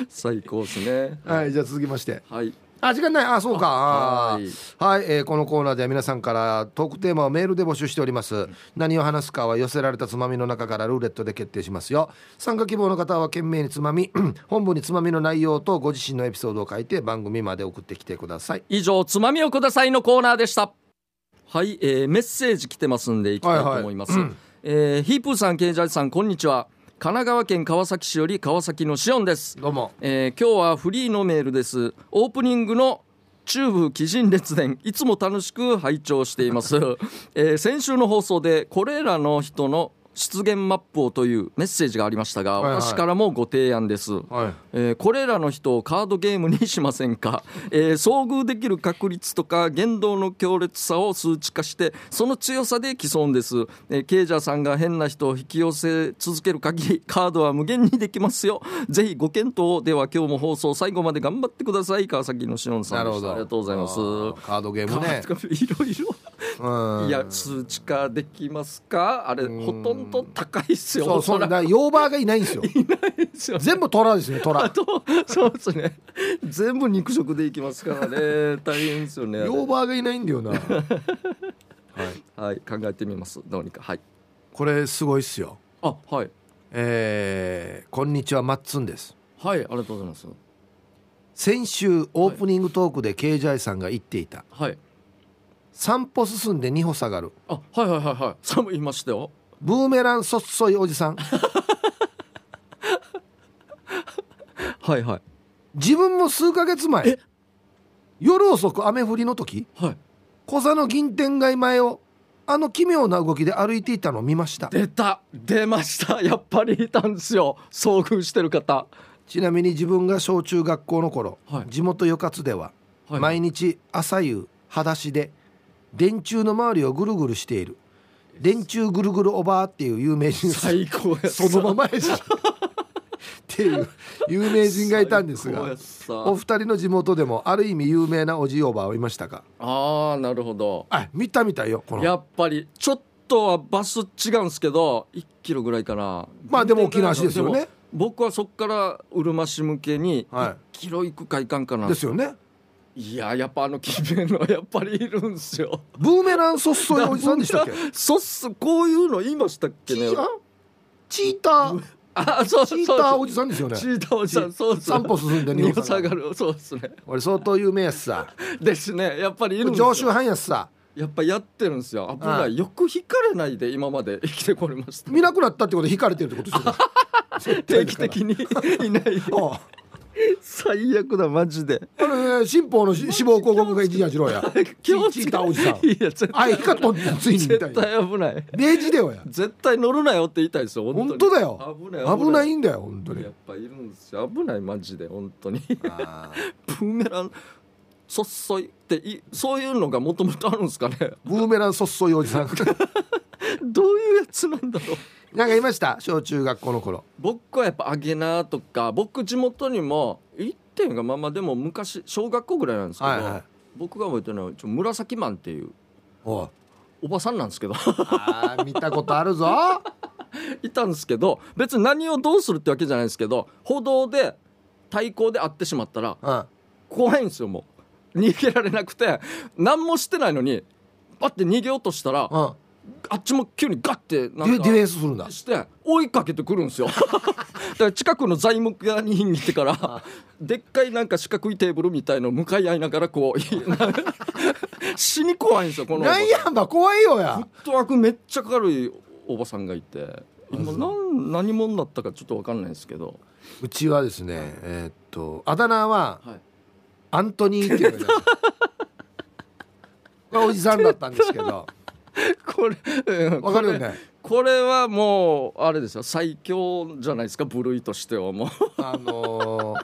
Speaker 1: 最高ですね
Speaker 2: はいじゃあ続きまして
Speaker 1: はい
Speaker 2: あ時間ないあそうかあ
Speaker 1: はい
Speaker 2: ーはい、えーこのコーナーでは皆さんからトークテーマをメールで募集しております、何を話すかは寄せられたつまみの中からルーレットで決定しますよ参加希望の方は懸命につまみ [CLEARS THROAT] 本文につまみの内容とご自身のエピソードを書いて番組まで送ってきてください
Speaker 1: 以上「つまみをください」のコーナーでしたはい、えーメッセージ来てますんでいきたいと思います、えーヒープーさんケイジャージさんこんにちは神奈川県川崎市より川崎のシオンです
Speaker 2: どうも
Speaker 1: えー今日はフリーのメールですオープニングの中部鬼人列伝いつも楽しく拝聴してい
Speaker 2: [LAUGHS]
Speaker 1: ます、えー先週の放送でこれらの人の出現マップをというメッセージがありましたが、
Speaker 2: はいはい
Speaker 1: 私からもご提案です、
Speaker 2: はい
Speaker 1: えーこれらの人をカードゲームにしませんか、 [LAUGHS] えー遭遇できる確率とか言動の強烈さを数値化してその強さで競うんです、えーケイジャーさんが変な人を引き寄せ続ける限り [LAUGHS] カードは無限にできますよぜひご検討をでは今日も放送最後まで頑張ってください川崎のしのんさ
Speaker 2: なんる
Speaker 1: で
Speaker 2: ほ
Speaker 1: し
Speaker 2: ど
Speaker 1: たありがとうございます
Speaker 2: あーカード
Speaker 1: [LAUGHS]
Speaker 2: ゲームね
Speaker 1: カードゲームいろいろ、
Speaker 2: うん
Speaker 1: いや数値化できますかあれほとんど高いですよ
Speaker 2: そうそう
Speaker 1: お
Speaker 2: だ
Speaker 1: そら
Speaker 2: からヨーバーがいないんですよ
Speaker 1: くですよ
Speaker 2: 全部虎ですね虎
Speaker 1: あとそうですね全部肉食でいきますからね大変ですよねあれ
Speaker 2: ヨーバーがいないんだよなはい
Speaker 1: はい考えてみますどうにかはい
Speaker 2: これすごいっすよ
Speaker 1: あはい
Speaker 2: えーこんにちはマッツンです
Speaker 1: はいありがとうございます
Speaker 2: 先週オープニングトークで KJ さんが言っていた
Speaker 1: はい
Speaker 2: 散歩進んで2歩下がる
Speaker 1: あはいはいはいはいさんも言いましたよ
Speaker 2: ブーメランそっそいおじさん
Speaker 1: はいはい
Speaker 2: 自分も数ヶ月前
Speaker 1: え
Speaker 2: 夜遅く雨降りの時
Speaker 1: はい
Speaker 2: 小座の銀天街前をあの奇妙な動きで歩いていたのを見ました
Speaker 1: 出た出ましたやっぱりいたんですよ遭遇してる方
Speaker 2: ちなみに自分が小中学校の頃、
Speaker 1: はい
Speaker 2: 地元よかつでは
Speaker 1: はい
Speaker 2: 毎日朝夕裸足で電柱の周りをぐるぐるしている電柱ぐるぐるおばあっていう有名人です
Speaker 1: 最高や
Speaker 2: そのままやしっていう有名人がいたんです
Speaker 1: 最高や
Speaker 2: が
Speaker 1: っさ
Speaker 2: お二人の地元でもある意味有名なおじいおばあはいましたか
Speaker 1: ああなるほど
Speaker 2: あ見たみたいよこ
Speaker 1: や
Speaker 2: の
Speaker 1: っぱりちょっとはバス違うんですけど1キロぐらいかな
Speaker 2: まあでも沖縄市ですよね
Speaker 1: も僕はそこからうるま市向けに
Speaker 2: はい
Speaker 1: 1キロ行くかいかんかな、
Speaker 2: ですよね
Speaker 1: いややっぱあの奇弁はやっぱりいるんですよ
Speaker 2: ブーメランそっそいおじさんでしたっけ
Speaker 1: だからそっそこういうの言いましたっけ
Speaker 2: チ
Speaker 1: ね
Speaker 2: ーターチーター
Speaker 1: あそう
Speaker 2: チ
Speaker 1: そう
Speaker 2: ーターおじさんですよね
Speaker 1: チーターおじさんそうです
Speaker 2: 散歩進んで
Speaker 1: 二
Speaker 2: 二
Speaker 1: 歩
Speaker 2: 歩
Speaker 1: 下
Speaker 2: 下
Speaker 1: が
Speaker 2: が
Speaker 1: るそうですね
Speaker 2: 俺相当有名やしさ
Speaker 1: ですねやっぱりいるんですよ
Speaker 2: 常習犯やしさ
Speaker 1: やっぱやってるんですよ危ない
Speaker 2: ああ
Speaker 1: よく引かれないで今まで生きてこれました
Speaker 2: 見なくなったってことで引かれてるってことですよね絶対
Speaker 1: 定
Speaker 2: だ
Speaker 1: 期
Speaker 2: から
Speaker 1: 的
Speaker 2: [LAUGHS]
Speaker 1: にいない
Speaker 2: おう
Speaker 1: 最悪だマジ
Speaker 2: [LAUGHS]
Speaker 1: で
Speaker 2: あれね新法のし死亡広告が一時やしろ
Speaker 1: [LAUGHS]
Speaker 2: やチ
Speaker 1: 気を
Speaker 2: ー
Speaker 1: つ
Speaker 2: チ
Speaker 1: け
Speaker 2: ーターおじさん
Speaker 1: いや絶
Speaker 2: あい光っとんねんついにみた
Speaker 1: 絶
Speaker 2: いな
Speaker 1: 対危ない
Speaker 2: 明治だよや
Speaker 1: 絶対乗るなよって言いたいですよ本当
Speaker 2: 本
Speaker 1: に
Speaker 2: 当だよ
Speaker 1: 危ない
Speaker 2: 危ないんだよ本当に
Speaker 1: やっぱいるんですよ危ないマジで本当にブーメランそっそいっていそういうのがもともとあるんですかね
Speaker 2: ブーメランそっそいおじさん [LAUGHS]
Speaker 1: どういうやつなんだろう
Speaker 2: なんかいました小中学校の頃
Speaker 1: 僕はやっぱアゲナーとか僕地元にも一点がまあまあでも昔小学校ぐらいなんですけど、
Speaker 2: はいはい
Speaker 1: 僕が覚えてるのはちょ紫マンっていう
Speaker 2: おう
Speaker 1: おばさんなんですけど
Speaker 2: あー見たことあるぞ
Speaker 1: いたんですけど別に何をどうするってわけじゃないんですけど歩道で対抗で会ってしまったら
Speaker 2: うん
Speaker 1: 怖いんですよもう逃げられなくて何もしてないのにパッて逃げようとしたら
Speaker 2: う
Speaker 1: あっちも急にガッてな
Speaker 2: デ
Speaker 1: ん
Speaker 2: ィディフェ
Speaker 1: か
Speaker 2: ンスするんだ
Speaker 1: して追いかけてくるんですよだから近くの材木屋に行ってからでっかいなんか四角いテーブルみたいの向かい合いながらこう [LAUGHS] 死に怖いんですよこの
Speaker 2: なんやんば怖いよ
Speaker 1: フ
Speaker 2: や
Speaker 1: ットワークめっちゃ軽いおばさんがいて今
Speaker 2: そう
Speaker 1: なん何者だったかちょっと分かんないですけど
Speaker 2: うちはですねえーっとあだ名は
Speaker 1: はい
Speaker 2: アントニーっていうの [LAUGHS] がいましたおじさんだったんですけ [LAUGHS] ど
Speaker 1: [LAUGHS] これうん
Speaker 2: わかるよね
Speaker 1: これはもうあれですよ最強じゃないですか部類としては
Speaker 2: [LAUGHS]
Speaker 1: もう
Speaker 2: あの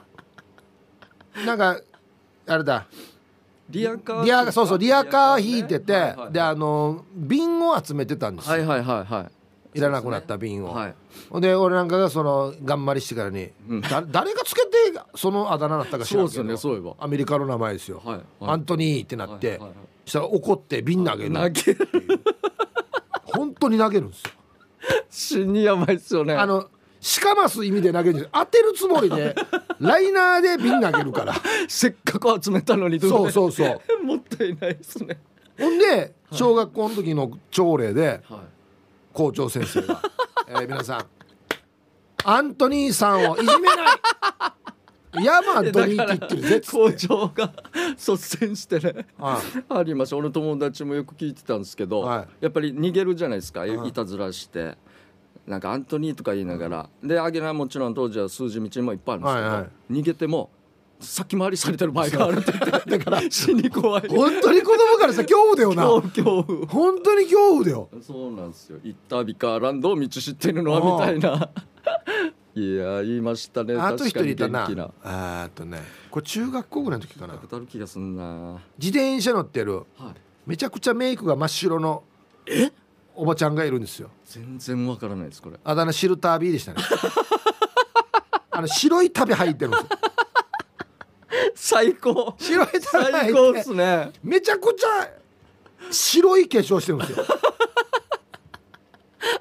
Speaker 2: ーなんかあれだ
Speaker 1: リアカー
Speaker 2: リアそうそうリアカー引いてて、
Speaker 1: はいはい
Speaker 2: であのー瓶を集めてたんですよ、
Speaker 1: はいはいはいはい
Speaker 2: らなくなった瓶
Speaker 1: い
Speaker 2: を、
Speaker 1: はい
Speaker 2: ほんで俺なんかがその頑張りしてからに、
Speaker 1: うん
Speaker 2: だ誰がつけてそのあだ名だったか知
Speaker 1: そ
Speaker 2: ら
Speaker 1: うんで
Speaker 2: けど
Speaker 1: すよねそういえば
Speaker 2: アメリカの名前ですよ、
Speaker 1: はい
Speaker 2: アントニーってなって、
Speaker 1: はいはいはい
Speaker 2: したら怒って瓶投げる
Speaker 1: 投げる
Speaker 2: 本当に投げるんですよ
Speaker 1: 死にやばいっすよね
Speaker 2: あのしかます意味で投げるんじゃない当てるつもり
Speaker 1: [LAUGHS]
Speaker 2: でライナーで瓶投げるから
Speaker 1: せっかく集めたのにど
Speaker 2: そう
Speaker 1: う
Speaker 2: そうそう
Speaker 1: で [LAUGHS] もったいないですね
Speaker 2: ほんで小学校の時の朝礼で
Speaker 1: はい
Speaker 2: 校長先生が [LAUGHS] 「えー皆さんアントニーさんをいじめ
Speaker 1: [LAUGHS]
Speaker 2: ない!」「ヤマントニーって言ってるぜ」っつって
Speaker 1: 校長が [LAUGHS] 率先してね
Speaker 2: は
Speaker 1: ありました俺の友達もよく聞いてたんですけど、
Speaker 2: は
Speaker 1: やっぱり逃げるじゃないですか、
Speaker 2: ん
Speaker 1: い、たずらしてなんかアントニーとか言いながら、でアゲナもちろん当時は数字道もいっぱいあるんですけど、
Speaker 2: はいは
Speaker 1: 逃げても先回りされてる場合があるって言って死に怖い
Speaker 2: い本当に子供からさ恐怖だよ
Speaker 1: 恐怖
Speaker 2: な
Speaker 1: 恐怖
Speaker 2: 本当に恐怖だよ
Speaker 1: そうなんですよ行ったビカーランドを道知ってるのはみたいないや言いましたね
Speaker 2: あと一
Speaker 1: 確か
Speaker 2: 人
Speaker 1: に
Speaker 2: いた
Speaker 1: 元
Speaker 2: な
Speaker 1: 気な
Speaker 2: あーっとねこれ中学校ぐらいの時かな
Speaker 1: 当たる気がすんなは
Speaker 2: 自転車乗ってる
Speaker 1: い
Speaker 2: めちゃくちゃメイクが真っ白のおばちゃんがいるんですよ
Speaker 1: 全然わからないですこれ
Speaker 2: あだ名シルタービーでしたね [LAUGHS] あの白い旅入ってるんですよ
Speaker 1: 最高
Speaker 2: 白い旅
Speaker 1: 最
Speaker 2: 入
Speaker 1: 高
Speaker 2: っ
Speaker 1: で
Speaker 2: て
Speaker 1: すね
Speaker 2: めちゃくちゃ白い化粧してるんですよ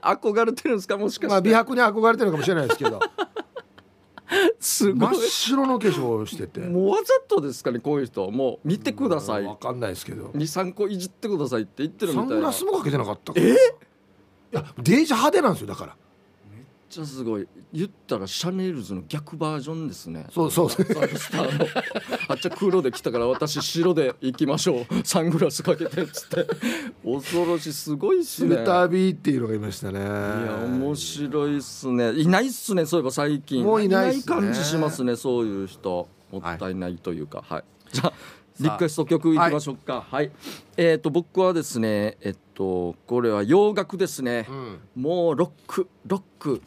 Speaker 1: 憧れてるんですかもしか
Speaker 2: まあ
Speaker 1: して、
Speaker 2: 美白に憧れてるのかもしれないですけ
Speaker 1: [LAUGHS]
Speaker 2: ど
Speaker 1: すご
Speaker 2: 真っ
Speaker 1: い
Speaker 2: 白の化粧をしてて
Speaker 1: もうわざとですかねこういう人もう見てください
Speaker 2: わかんないですけど
Speaker 1: 23個いじってくださいって言ってるみたい
Speaker 2: サン
Speaker 1: な
Speaker 2: グラス
Speaker 1: めっ
Speaker 2: もかけてなかったからいやデージ派手なんですよだから
Speaker 1: ちゃすごい言ったらシャネルズの逆バージョンですね
Speaker 2: そうそうそう
Speaker 1: サブスターのあっちゃ黒で来たから私白で行きましょうサングラスかけてっつって恐ろしいすごいっす
Speaker 2: シ
Speaker 1: ね
Speaker 2: ルタービーっていうのがいましたねい
Speaker 1: いや
Speaker 2: や
Speaker 1: 面白いっすねいないっすねそういえば最近
Speaker 2: もういないっすね
Speaker 1: 感じしますねそういう人もったいないというかはい、 [LAUGHS] じゃあリクエスト曲いきましょうかはい、えっ、と僕はですねえっとこれは洋楽ですね、
Speaker 2: ん
Speaker 1: もうロックロック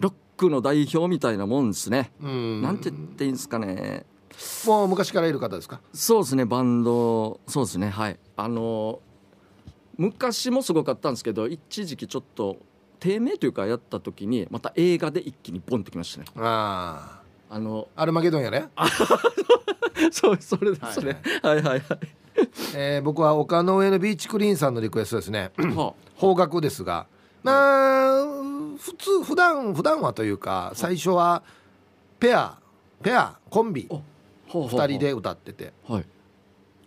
Speaker 1: ロックの代表みたいなもんですね、
Speaker 2: うん
Speaker 1: なんて言っていいんですかね
Speaker 2: もう昔からいる方ですか
Speaker 1: そうですねバンドそうですねはいあの昔もすごかったんですけど一時期ちょっと低迷というかやった時にまた映画で一気にボンってきましたね
Speaker 2: あ
Speaker 1: あ
Speaker 2: [LAUGHS]
Speaker 1: の
Speaker 2: あアルマゲドンやね、
Speaker 1: そうそれですねはいはいはい
Speaker 2: えー僕は丘の上のビーチクリーンさんのリクエストですね
Speaker 1: は
Speaker 2: 方角ですがまあ普通普段普段はというか最初はペアペアコンビ
Speaker 1: あほうほうほう
Speaker 2: 2人で歌ってて
Speaker 1: はい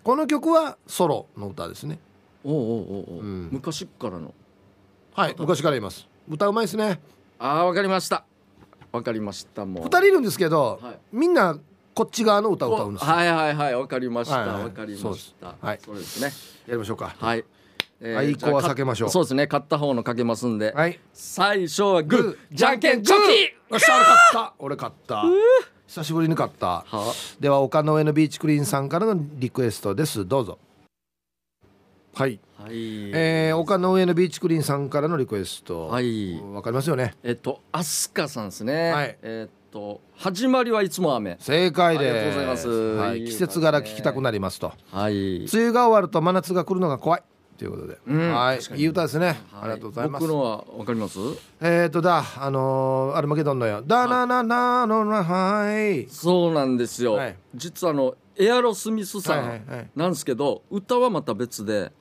Speaker 2: この曲はソロの歌ですね
Speaker 1: おうおうおうおう、
Speaker 2: うん
Speaker 1: 昔っからの
Speaker 2: はい昔からいます歌うまいですね
Speaker 1: ああわかりましたわかりましたもう
Speaker 2: 2人いるんですけど、
Speaker 1: はい
Speaker 2: みんなこっち側の歌を歌うんですよ、
Speaker 1: はいはいはいわかりましたわ、
Speaker 2: はいはい
Speaker 1: かり
Speaker 2: そう
Speaker 1: ま
Speaker 2: で
Speaker 1: し
Speaker 2: す
Speaker 1: た
Speaker 2: はい
Speaker 1: そうですね
Speaker 2: やりましょうか
Speaker 1: はい、え
Speaker 2: はい
Speaker 1: じゃあ
Speaker 2: 一個は避けましょう
Speaker 1: そうですね勝った方のかけますんで
Speaker 2: はい
Speaker 1: 最初はグーじゃんけんチョ
Speaker 2: よっしゃ俺勝った俺勝った久しぶりに勝った
Speaker 1: キは
Speaker 2: では丘の上のビーチクリーンさんからのリクエストですどうぞはい、
Speaker 1: い
Speaker 2: えー、丘の上のビーチクリーンさんからのリクエスト
Speaker 1: はい
Speaker 2: わかりますよね
Speaker 1: えっとアスカさんですね、
Speaker 2: はい
Speaker 1: えっと始まりはいつも雨
Speaker 2: 正解です
Speaker 1: ありがとうございます
Speaker 2: はい
Speaker 1: いい
Speaker 2: 季節柄聞きたくなりますと
Speaker 1: はい
Speaker 2: 梅雨が終わると真夏が来るのが怖いということで、
Speaker 1: うん
Speaker 2: はい
Speaker 1: 確か
Speaker 2: い
Speaker 1: に
Speaker 2: い歌ですね、ありがとうございます
Speaker 1: 僕のはわかります
Speaker 2: えーとだあのーアルマゲドンのよダナナナのなはい
Speaker 1: そうなんですよ、
Speaker 2: はい
Speaker 1: 実はあのエアロスミスさ
Speaker 2: はいはいはい
Speaker 1: んなんですけど、歌はまた別で、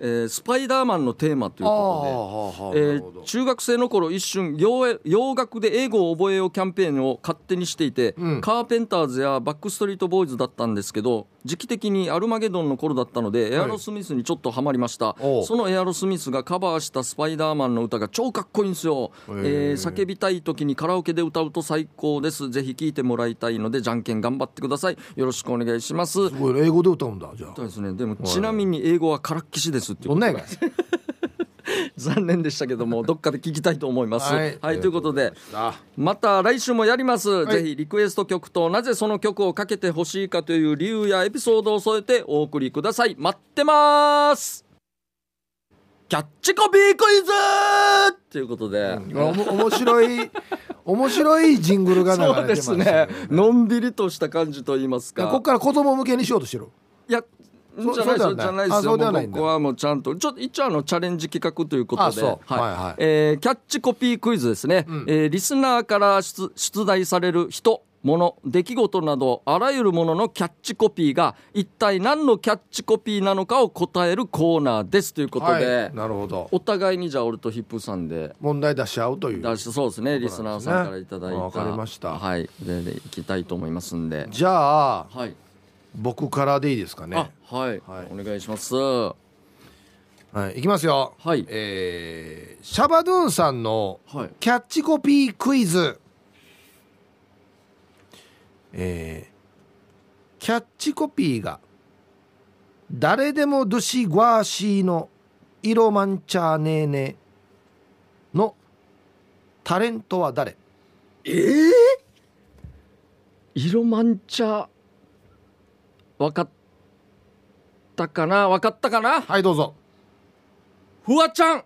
Speaker 1: えースパイダーマンのテーマということで
Speaker 2: あ
Speaker 1: えー中学生の頃一瞬洋絵洋楽で英語を覚えようキャンペーンを勝手にしていて、
Speaker 2: うん
Speaker 1: カーペンターズやバックストリートボーイズだったんですけど時期的にアルマゲドンの頃だったのでエアロスミスにちょっとハマりました、
Speaker 2: おう
Speaker 1: そのエアロスミスがカバーした「スパイダーマン」の歌が超かっこいいんですよ、え
Speaker 2: へ
Speaker 1: ー
Speaker 2: え
Speaker 1: 叫びたい時にカラオケで歌うと最高ですぜひ聴いてもらいたいのでじゃんけん頑張ってくださいよろしくお願いします
Speaker 2: すごい英語で歌うんだじゃあ
Speaker 1: そうですねでもちなみに英語はからっきしですっていう
Speaker 2: どんなんやかい
Speaker 1: 残念でしたけど
Speaker 2: [LAUGHS]
Speaker 1: もどっかで聞きたいと思います。
Speaker 2: は
Speaker 1: はいい、ということで [LAUGHS]
Speaker 2: あ
Speaker 1: また来週もやります、
Speaker 2: い
Speaker 1: ぜひリクエスト曲となぜその曲をかけてほしいかという理由やエピソードを添えてお送りください待ってますキャッチコピークイズということで、
Speaker 2: おも面白い面白いジングルが流
Speaker 1: そう
Speaker 2: れ
Speaker 1: で
Speaker 2: てます
Speaker 1: す
Speaker 2: ね
Speaker 1: ねのんびりとした感じと言います
Speaker 2: こ
Speaker 1: か
Speaker 2: こから子供向けにしようとしてる
Speaker 1: いやじゃ
Speaker 2: そ
Speaker 1: ないですよ
Speaker 2: そうで
Speaker 1: じゃ
Speaker 2: はな
Speaker 1: ないいです
Speaker 2: あそ
Speaker 1: よ
Speaker 2: うでは
Speaker 1: も
Speaker 2: な
Speaker 1: う
Speaker 2: いんだ
Speaker 1: ここはもうちゃんとちょっと一応あのチャレンジ企画ということ
Speaker 2: あ
Speaker 1: で、
Speaker 2: そうはいはい
Speaker 1: えーキャッチコピークイズですね、えーリスナーから出出題される人物出来事などあらゆるもののキャッチコピーが一体何のキャッチコピーなのかを答えるコーナーですということで、
Speaker 2: はいなるほど
Speaker 1: お互いにじゃあ俺とヒップさんで
Speaker 2: 問題出し合うという
Speaker 1: 出しそうですねリスナーさんからいただいた
Speaker 2: わかりました
Speaker 1: はいででいきたいと思いますんで
Speaker 2: じゃあ
Speaker 1: はい
Speaker 2: 僕からでいいですかね
Speaker 1: あはい、
Speaker 2: はい
Speaker 1: お願いしますは
Speaker 2: はいいきますよ
Speaker 1: はい
Speaker 2: えーシャバドゥンさんの
Speaker 1: い
Speaker 2: キャッチコピークイズえーキャッチコピーが「誰でもドゥシグワーシーの色マンチャーネーネー」のタレントは誰
Speaker 1: ええ色まんちゃわかったかなわかったかな
Speaker 2: はいどうぞ
Speaker 1: フワちゃん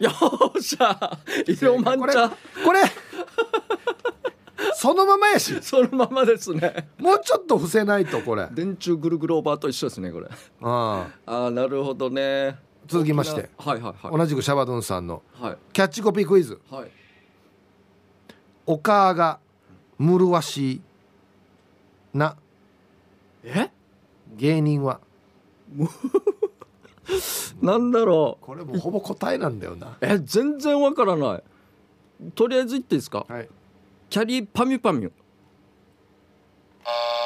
Speaker 1: よっしゃ色まんちゃ
Speaker 2: これそのままやし
Speaker 1: そのままですね
Speaker 2: もうちょっと伏せないとこれ
Speaker 1: 電柱ぐるぐるオーバーと一緒ですねこれ
Speaker 2: あ
Speaker 1: ああなるほどね
Speaker 2: 続きまして
Speaker 1: はいはいは
Speaker 2: 同じくシャバドゥンさんの
Speaker 1: いはい
Speaker 2: キャッチコピークイズ
Speaker 1: はい
Speaker 2: 「お母がむるわしいな
Speaker 1: え
Speaker 2: 芸人は
Speaker 1: なんだろ」う
Speaker 2: これもうほぼ答えなんだよな
Speaker 1: え全然わからないとりあえず言っていいですか
Speaker 2: はい
Speaker 1: キャリーパミュパミュ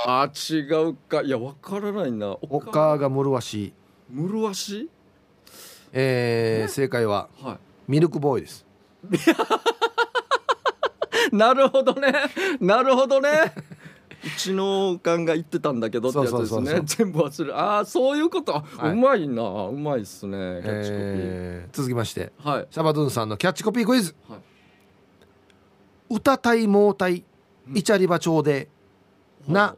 Speaker 1: あ違うかいやわからないな
Speaker 2: お母がむるわしい
Speaker 1: ムルワシ
Speaker 2: えー正解は
Speaker 1: は
Speaker 2: ミルクボーイです
Speaker 1: いなるほどねなるほどね [LAUGHS] うちのおかんが言ってたんだけどってやつですね
Speaker 2: そうそうそうそう
Speaker 1: 全部忘れるああそういうこと、あ
Speaker 2: はいう
Speaker 1: まいなうまいっすねキャッチコピー、
Speaker 2: えー続きまして
Speaker 1: はい
Speaker 2: シャバドゥンさんのキャッチコピークイズ
Speaker 1: はい
Speaker 2: 「歌たいもうたいイチャリバ町でな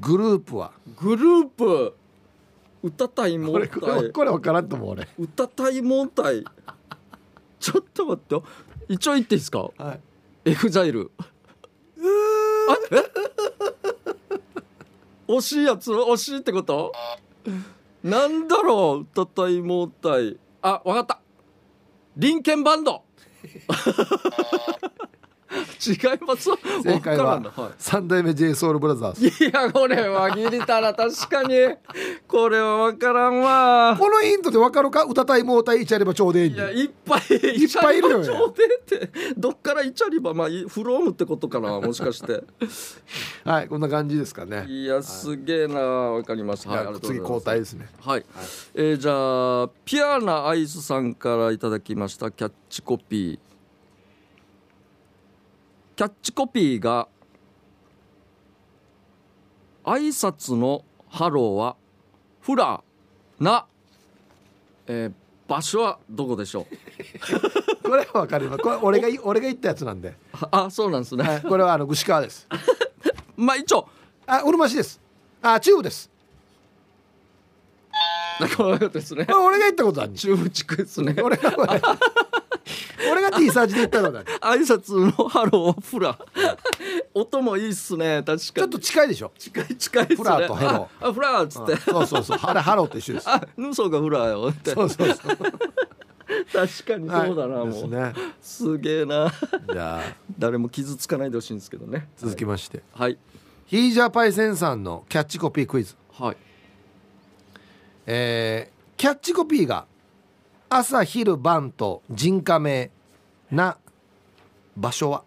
Speaker 2: グループは」
Speaker 1: グループ歌たい
Speaker 2: こ
Speaker 1: 問
Speaker 2: れこれ
Speaker 1: 題
Speaker 2: これ分からんと思う俺
Speaker 1: 歌たい問題ちょっと待ってよ一応言っていいですか
Speaker 2: はい
Speaker 1: エグザイル。え [LAUGHS] 惜しいやつ惜しいってことなんだろう歌たいもうたいあわかったリンケンバンド [LAUGHS] 違います
Speaker 2: 正解
Speaker 1: わからんな
Speaker 2: は三代目 j ソ o ルブラザーズ
Speaker 1: い、いやこれはギリたら確かにこれはわからんわ
Speaker 2: このヒントで分かるか歌たいもうたいイチャリバ町でいい
Speaker 1: いやいっぱいい
Speaker 2: っぱいいるよね
Speaker 1: ちょうでってどっからイチャリバまあいフロームってことかなもしかして
Speaker 2: はいこんな感じですかね
Speaker 1: いやすげえなわかりました、はい、ありがとう
Speaker 2: 次
Speaker 1: ご
Speaker 2: 交
Speaker 1: ざいま
Speaker 2: 代ですね
Speaker 1: すはい、えーじゃあピアナアイスさんからいただきましたキャッチコピーキャッチコピーが「挨拶のハローはフラな」えー場所はどこでしょう
Speaker 2: これは分かりますこれ俺が俺が言ったやつなんで、
Speaker 1: あそうなんですね、
Speaker 2: はい、これはあの串川です
Speaker 1: まあ一応
Speaker 2: あうるま市ですあ中部です
Speaker 1: こういうことですね
Speaker 2: これ俺が言ったことなんで
Speaker 1: 中部地区ですね
Speaker 2: 俺がこれ俺が T サーチで言ったことなんで
Speaker 1: 挨拶のハローはフラ音もいいっすね確
Speaker 2: ち
Speaker 1: か
Speaker 2: ょっ
Speaker 1: に
Speaker 2: と近いでしょ
Speaker 1: 近い近いっすね
Speaker 2: フラとヘロ
Speaker 1: ああフラーっつって
Speaker 2: そうそうそうあれハローと一緒です
Speaker 1: あヌソがフラよって
Speaker 2: そうそうそう
Speaker 1: 確かにそうだな、
Speaker 2: は
Speaker 1: もう、
Speaker 2: いですね
Speaker 1: すげえな
Speaker 2: じゃあ
Speaker 1: 誰も傷つかないでほしいんですけどね
Speaker 2: 続きまして、
Speaker 1: はい
Speaker 2: ヒージャーパイセンさんのキャッチコピークイズ
Speaker 1: はい
Speaker 2: えーキャッチコピーが「朝昼晩と人家名な場所は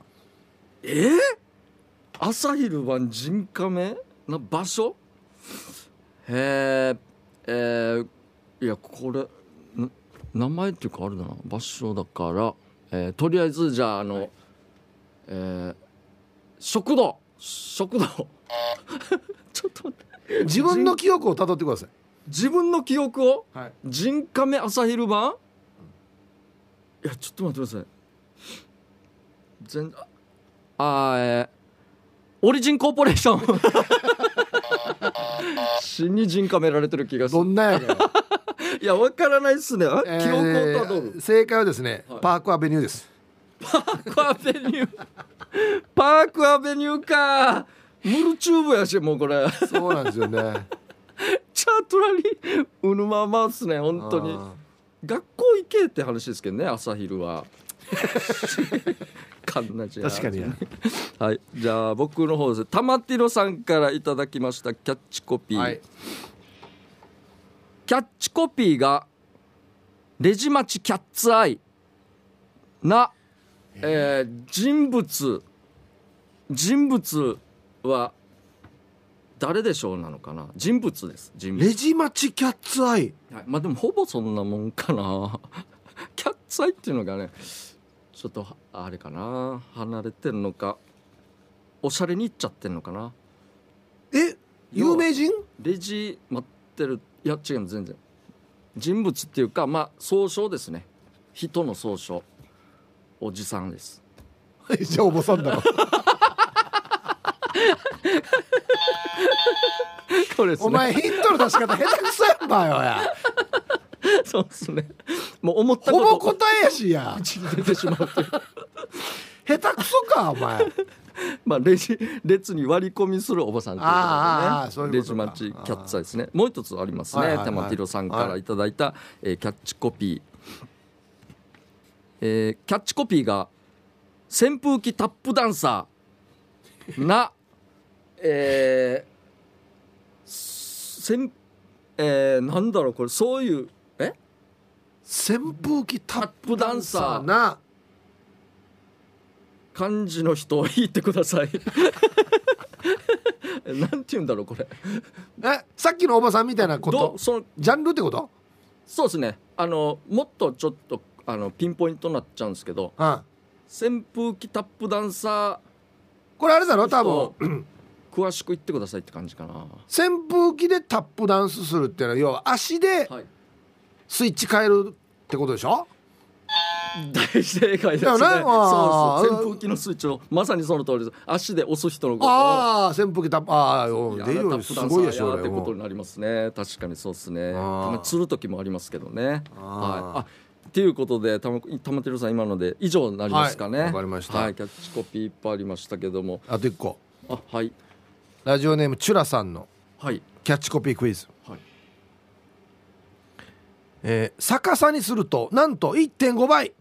Speaker 1: えー、朝昼晩人カメな場所へーえー、いやこれん名前っていうかあれだな場所だから、えーとりあえずじゃああの、えー食堂食堂 [LAUGHS] ちょっと待って
Speaker 2: 自分の記憶をたどってください
Speaker 1: 自分の記憶を
Speaker 2: はい
Speaker 1: 人カメ朝昼晩いやちょっと待ってください全ああえーオリジンコーポレーショ
Speaker 2: [LAUGHS]
Speaker 1: ン死に人カメられてる気がす
Speaker 2: ど
Speaker 1: る
Speaker 2: ん
Speaker 1: [LAUGHS]
Speaker 2: なやねん
Speaker 1: いやわからないっすね、あ
Speaker 2: えー
Speaker 1: 記憶をたどる
Speaker 2: 正解はですね、
Speaker 1: はい
Speaker 2: パークアベニューです
Speaker 1: パークアベニューパークアベニューかムルチューブやしもうこれ
Speaker 2: そうなんですよね
Speaker 1: チャートラリーうぬままっすね [LAUGHS] 本当に
Speaker 2: あ
Speaker 1: 学校行けって話ですけどね朝昼は [LAUGHS] かんなじ
Speaker 2: ー
Speaker 1: ゃ
Speaker 2: 確かに
Speaker 1: はいじゃあ僕の方です玉ティロさんからいただきましたキャッチコピー、
Speaker 2: はい
Speaker 1: キャッチコピーが「レジ待ちキャッツアイ」な、えー人物人物は誰でしょうなのかな人物です人物
Speaker 2: レジ待ちキャッツアイ
Speaker 1: はい、まあでもほぼそんなもんかな [LAUGHS] キャッツアイっていうのがねちょっとはあれかな離れてんのかおしゃれに行っちゃってんのかな
Speaker 2: え有名人
Speaker 1: レジ待ってるいや違う全然人物っていうかまあ総称ですね人の総称おじさんです
Speaker 2: じゃあお坊さんだろ
Speaker 1: [LAUGHS] これですね
Speaker 2: お前ヒントの出し方下手くそやんばよや
Speaker 1: [LAUGHS] そうですねもう思った
Speaker 2: ほぼ
Speaker 1: こと
Speaker 2: 答えやしや
Speaker 1: 口に出てしまうという
Speaker 2: 下手くそかお前
Speaker 1: まあ、レジ列に割り込みするおばさんという
Speaker 2: あーあーそ
Speaker 1: こ
Speaker 2: うい
Speaker 1: と
Speaker 2: う
Speaker 1: でねレ
Speaker 2: こ
Speaker 1: ジ
Speaker 2: とか
Speaker 1: 待ちキャッツアイですねもう一つあります
Speaker 2: はい
Speaker 1: ね
Speaker 2: はいはい
Speaker 1: 玉城さんからいただいた、えーキャッチコピー、えーキャッチコピーが「扇風機タップダンサー」な [LAUGHS] えー、せんえー、なんだろうこれそういうえ
Speaker 2: 扇風機タ
Speaker 1: ップダンサー
Speaker 2: な
Speaker 1: 漢字の人を言ってください [LAUGHS] えなんて言うんだろうこれ
Speaker 2: えさっきのおばさんみたいなこ
Speaker 1: ど
Speaker 2: と
Speaker 1: うその
Speaker 2: ジャンルってこと
Speaker 1: そうですねあのもっとちょっとあのピンポイントになっちゃうんですけど
Speaker 2: うん
Speaker 1: 扇風機タップダンサ
Speaker 2: これあれだろ
Speaker 1: ーち
Speaker 2: 多
Speaker 1: ょ
Speaker 2: 分
Speaker 1: っと詳しく言ってくださいって感じかな、
Speaker 2: 扇風機でタップダンスするっていうのは要は足で
Speaker 1: はい、
Speaker 2: スイッチ変えるってことでしょ
Speaker 1: 大正解ですね
Speaker 2: だよ
Speaker 1: そう
Speaker 2: ねあー
Speaker 1: そう扇風機のスイッチをまさにその通りです足で押す人のことを
Speaker 2: ああー扇風機タップああ
Speaker 1: いや
Speaker 2: 出るよりすごいやし
Speaker 1: タップダンサーやー
Speaker 2: 俺
Speaker 1: ってこと
Speaker 2: も
Speaker 1: になりますね確かにそうですね
Speaker 2: あー
Speaker 1: たまに釣る時もありますけどね
Speaker 2: あー
Speaker 1: はいあっていうことでたま玉てるさん今ので以上になりますかね
Speaker 2: はいわかりました
Speaker 1: はいキャッチコピーいっぱいありましたけども
Speaker 2: あと一個
Speaker 1: あはい
Speaker 2: ラジオネームチュラさんの
Speaker 1: はい
Speaker 2: キャッチコピークイズ、
Speaker 1: はい
Speaker 2: えー逆さにするとなんと1.5倍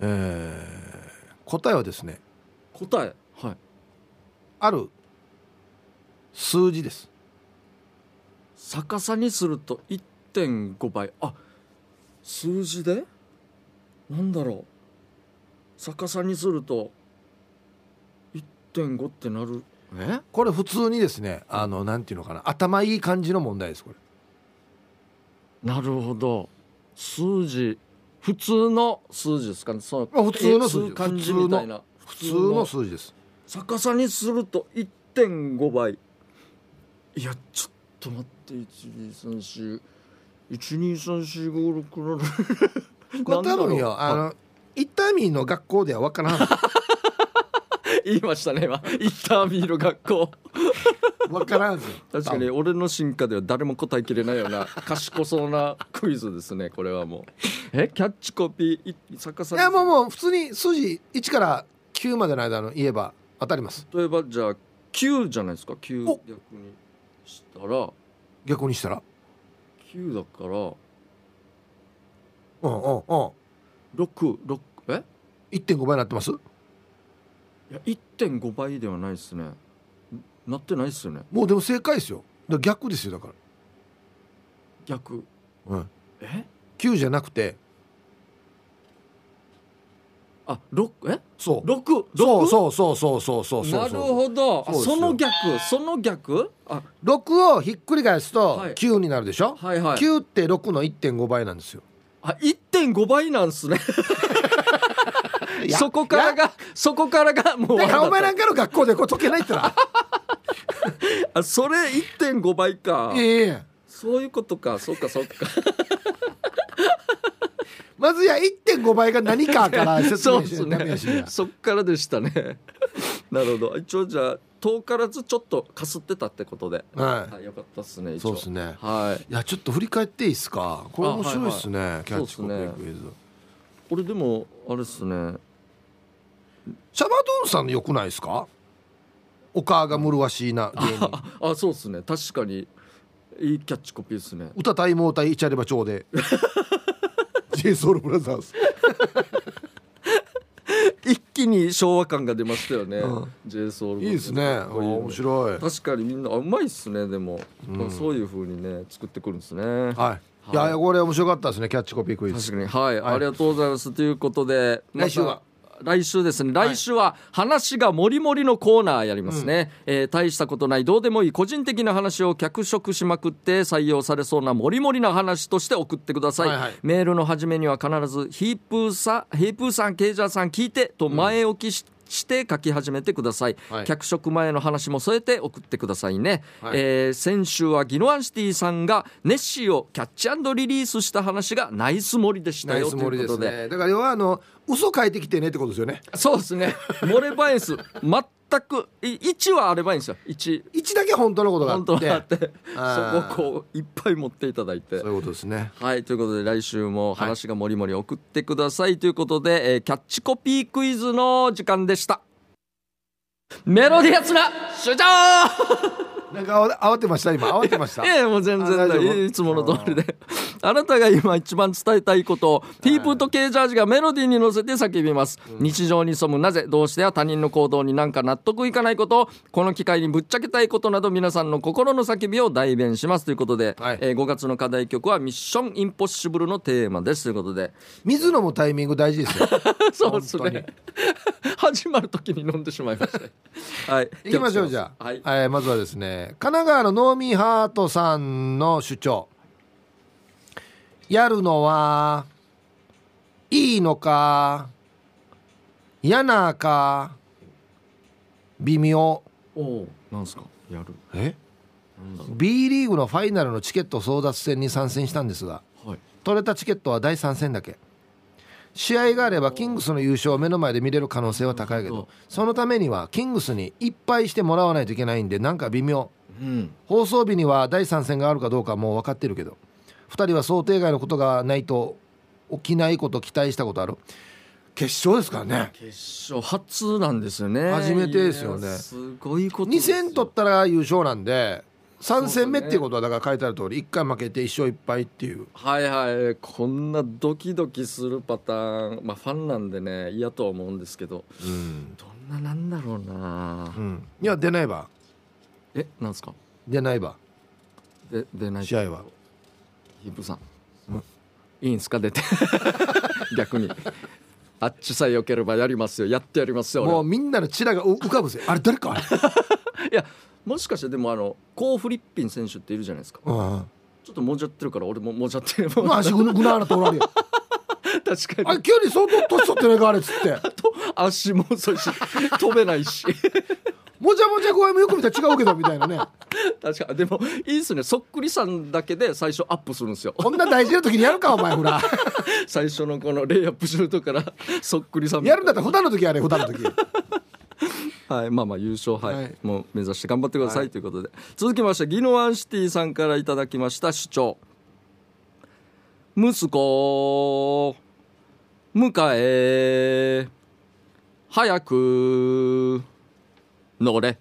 Speaker 2: えー答えはですね
Speaker 1: 答えはい
Speaker 2: ある数字です
Speaker 1: 逆さにすると1.5倍あ数字でなんだろう逆さにすると1.5ってなるえ
Speaker 2: これ普通にですねあのなんていうのかな頭いい感じの問題ですこれ
Speaker 1: なるほど数字普通の数字ですかねその
Speaker 2: あ普通の数字
Speaker 1: え漢字みたいな普
Speaker 2: 普通の数字です
Speaker 1: 逆さにすると1.5倍いやちょっと待って1 2 3 4 1 2 3 4 5 6 7 8
Speaker 2: [LAUGHS] これ多分よあの痛みの学校では分からん
Speaker 1: 言いましたね今イッターミーの学校
Speaker 2: 分からんすよ
Speaker 1: [LAUGHS] 確かに俺の進化では誰も答えきれないような賢そうなクイズですねこれはもうえキャッチコピーい逆さ
Speaker 2: い
Speaker 1: に
Speaker 2: やもうもう普通に数字1から9までの間の言えば当たります
Speaker 1: 例えばじゃあ9じゃないですか9逆
Speaker 2: お
Speaker 1: にしたら
Speaker 2: 逆にしたら
Speaker 1: 9だから
Speaker 2: うんうんうん
Speaker 1: 66え
Speaker 2: 1.5倍になってます
Speaker 1: いや1.5倍ではないですねんなってないですよね
Speaker 2: もうでも正解ですよだから逆ですよだか
Speaker 1: 逆
Speaker 2: ら、うん、
Speaker 1: え
Speaker 2: 9じゃなくて
Speaker 1: あ六え
Speaker 2: そう
Speaker 1: 六
Speaker 2: そう
Speaker 1: 六
Speaker 2: そうそうそうそうそうそ
Speaker 1: な
Speaker 2: う
Speaker 1: るほどあ
Speaker 2: そうですよ
Speaker 1: その逆その逆あ
Speaker 2: 6をひっくり返すと
Speaker 1: はい
Speaker 2: 9になるでしょ、
Speaker 1: はいはい
Speaker 2: 9って6の1.5倍なんですよ
Speaker 1: あ1.5倍なんすね [LAUGHS] そこから
Speaker 2: いや
Speaker 1: がそこからがもう
Speaker 2: だからお前
Speaker 1: あ
Speaker 2: なんかの学校でこう解けないって
Speaker 1: [LAUGHS]
Speaker 2: な
Speaker 1: あそれ1.5倍か
Speaker 2: いやいや
Speaker 1: そういうことかそうかそうか
Speaker 2: まずや1.5倍が何かから [LAUGHS] 説
Speaker 1: そう
Speaker 2: 明
Speaker 1: で
Speaker 2: し
Speaker 1: す
Speaker 2: てダメ
Speaker 1: ね
Speaker 2: やしや
Speaker 1: そっからでしたね [LAUGHS] なるほど一応じゃあ遠からずちょっとかすってたってことで
Speaker 2: は
Speaker 1: あよかったですね
Speaker 2: い
Speaker 1: 一
Speaker 2: そう
Speaker 1: 応
Speaker 2: ですね
Speaker 1: はい
Speaker 2: いやちょっと振り返っていいですかこれ面白いですね、キャッチコピークイズ、
Speaker 1: これでもあれですね
Speaker 2: シャバドゥンさんの良くないですかお母がむるわしいな芸
Speaker 1: [LAUGHS]
Speaker 2: 人
Speaker 1: [LAUGHS] あそうですね確かにいいキャッチコピーですね
Speaker 2: 歌たいもうたいイチャレバ町
Speaker 1: [LAUGHS]
Speaker 2: で j ソ o ルブラザーズ
Speaker 1: 一気に昭和感が出ましたよね、
Speaker 2: うん
Speaker 1: j ソ o
Speaker 2: いいですねあー面白い
Speaker 1: 確かにみんなあうまいっすねでも、まあそういう風にね作ってくるんですね
Speaker 2: はいいやいやこれ面白かったですねキャッチコピークイズ
Speaker 1: 確かにはい、ありがとうございますということで
Speaker 2: 来週は
Speaker 1: また来週ですね来週は話がもりもりのコーナーやりますね、えー大したことないどうでもいい個人的な話を脚色しまくって採用されそうなもりもりな話として送ってください、
Speaker 2: はいはい
Speaker 1: メールの始めには必ず「ヒープーさヒープーさんケイジャーさん聞いて」と前置きし,、して書き始めてください、
Speaker 2: はい
Speaker 1: 脚色前の話も添えて送ってくださいね、
Speaker 2: はい
Speaker 1: えー先週はギノアンシティさんがネッシーをキャッチリリースした話がナイス盛りでした
Speaker 2: ナイ
Speaker 1: よ
Speaker 2: ス
Speaker 1: と
Speaker 2: 盛
Speaker 1: い
Speaker 2: り
Speaker 1: う
Speaker 2: で
Speaker 1: こ
Speaker 2: す
Speaker 1: とで
Speaker 2: ねだから要はあの嘘書いてきてねってことですよね
Speaker 1: そうですねモレバエンス全く1はあればいいんですよ1
Speaker 2: 1だけ本当のことがあ
Speaker 1: 本当はあ
Speaker 2: っ
Speaker 1: ってて
Speaker 2: あー
Speaker 1: そこをこういっぱい持っていただいて
Speaker 2: そういうことですね
Speaker 1: はいということで来週も話がもりもり送ってくださいということで、えーキャッチコピークイズの時間でしたメロディアスな主張 [LAUGHS]
Speaker 2: なんかあわ慌てました今慌てました
Speaker 1: いやいやもう全然
Speaker 2: あ大丈
Speaker 1: 大
Speaker 2: 夫
Speaker 1: 丈夫いつもの通りで [LAUGHS] あなたが今一番伝えたいことをティープーとケージャージがメロディーに乗せて叫びます、日常に潜むなぜどうしてや他人の行動になんか納得いかないことこの機会にぶっちゃけたいことなど皆さんの心の叫びを代弁しますということで、
Speaker 2: はい
Speaker 1: えー5月の課題曲は「ミッションインポッシブル」のテーマですということで
Speaker 2: 水野もタイミング大事ですよ [LAUGHS]
Speaker 1: そうです
Speaker 2: 本当に
Speaker 1: ね始まる時に飲んでしまいま
Speaker 2: [LAUGHS]
Speaker 1: したはい
Speaker 2: 行きましょうじゃあ、
Speaker 1: はい、
Speaker 2: えーまずはですね神奈川のノーミーハートさんの主張やるのはいいのか嫌なか微妙
Speaker 1: おおなんですかやる
Speaker 2: え
Speaker 1: なんだろ
Speaker 2: B リーグのファイナルのチケット争奪戦に参戦したんですが
Speaker 1: うはい
Speaker 2: 取れたチケットは第3戦だけ試合があればキングスの優勝を目の前で見れる可能性は高
Speaker 1: な
Speaker 2: いけ
Speaker 1: る
Speaker 2: ど
Speaker 1: ほど
Speaker 2: そのためにはキングスにいっぱいしてもらわないといけないんでなんか微妙
Speaker 1: うん
Speaker 2: 放送日には第3戦があるかどうかはもう分かってるけど2人は想定外のことがないと起きないこと期待したことある決勝ですからね
Speaker 1: 決勝初なんですよね
Speaker 2: 初めてですよね
Speaker 1: いやすごいこと
Speaker 2: 2
Speaker 1: ですよ
Speaker 2: 戦取ったら優勝なんで3戦目っていうことはだから書いてある通り1回負けて1勝1敗っていう
Speaker 1: はいはいこんなドキドキするパターンまあファンなんでね嫌とは思うんですけど
Speaker 2: うん、
Speaker 1: どんななんだろうな
Speaker 2: うん、いや出ないば
Speaker 1: えなんですか
Speaker 2: 出ないば
Speaker 1: で出ない
Speaker 2: 試合は
Speaker 1: ヒップさん、いいんすか出て [LAUGHS] 逆にあっちさえよければやりますよやってやりますよ俺
Speaker 2: もうみんなのチラがう浮かぶぜあれ誰かあれ、
Speaker 1: いやもしかしてでもあのコー・フリッピン選手っているじゃないですか
Speaker 2: [LAUGHS] うん、
Speaker 1: ちょっともじゃってるから俺ももじゃってる
Speaker 2: まあ
Speaker 1: [LAUGHS] 確
Speaker 2: 足ぐぐなーなとおら [LAUGHS] れよ
Speaker 1: かに
Speaker 2: あれ急に相当年取ってねえかあれっつって
Speaker 1: と足も遅 [LAUGHS] いし飛べないし [LAUGHS]
Speaker 2: もじゃもじゃ具合もよく見たら違うけどみたいなね
Speaker 1: 確かでもいいですねそっくりさんだけで最初アップするんですよ [LAUGHS]
Speaker 2: こんな大事な時にやるかお前ほら
Speaker 1: 最初のこのレイアップするとこからそっくりさん
Speaker 2: やるんだったら普段の時やれ普段
Speaker 1: [LAUGHS]
Speaker 2: の時
Speaker 1: はいまあまあ優勝はい、
Speaker 2: はい
Speaker 1: もう目指して頑張ってください、ということで続きましてギノアンシティさんからいただきました主張息子迎え早く乗れ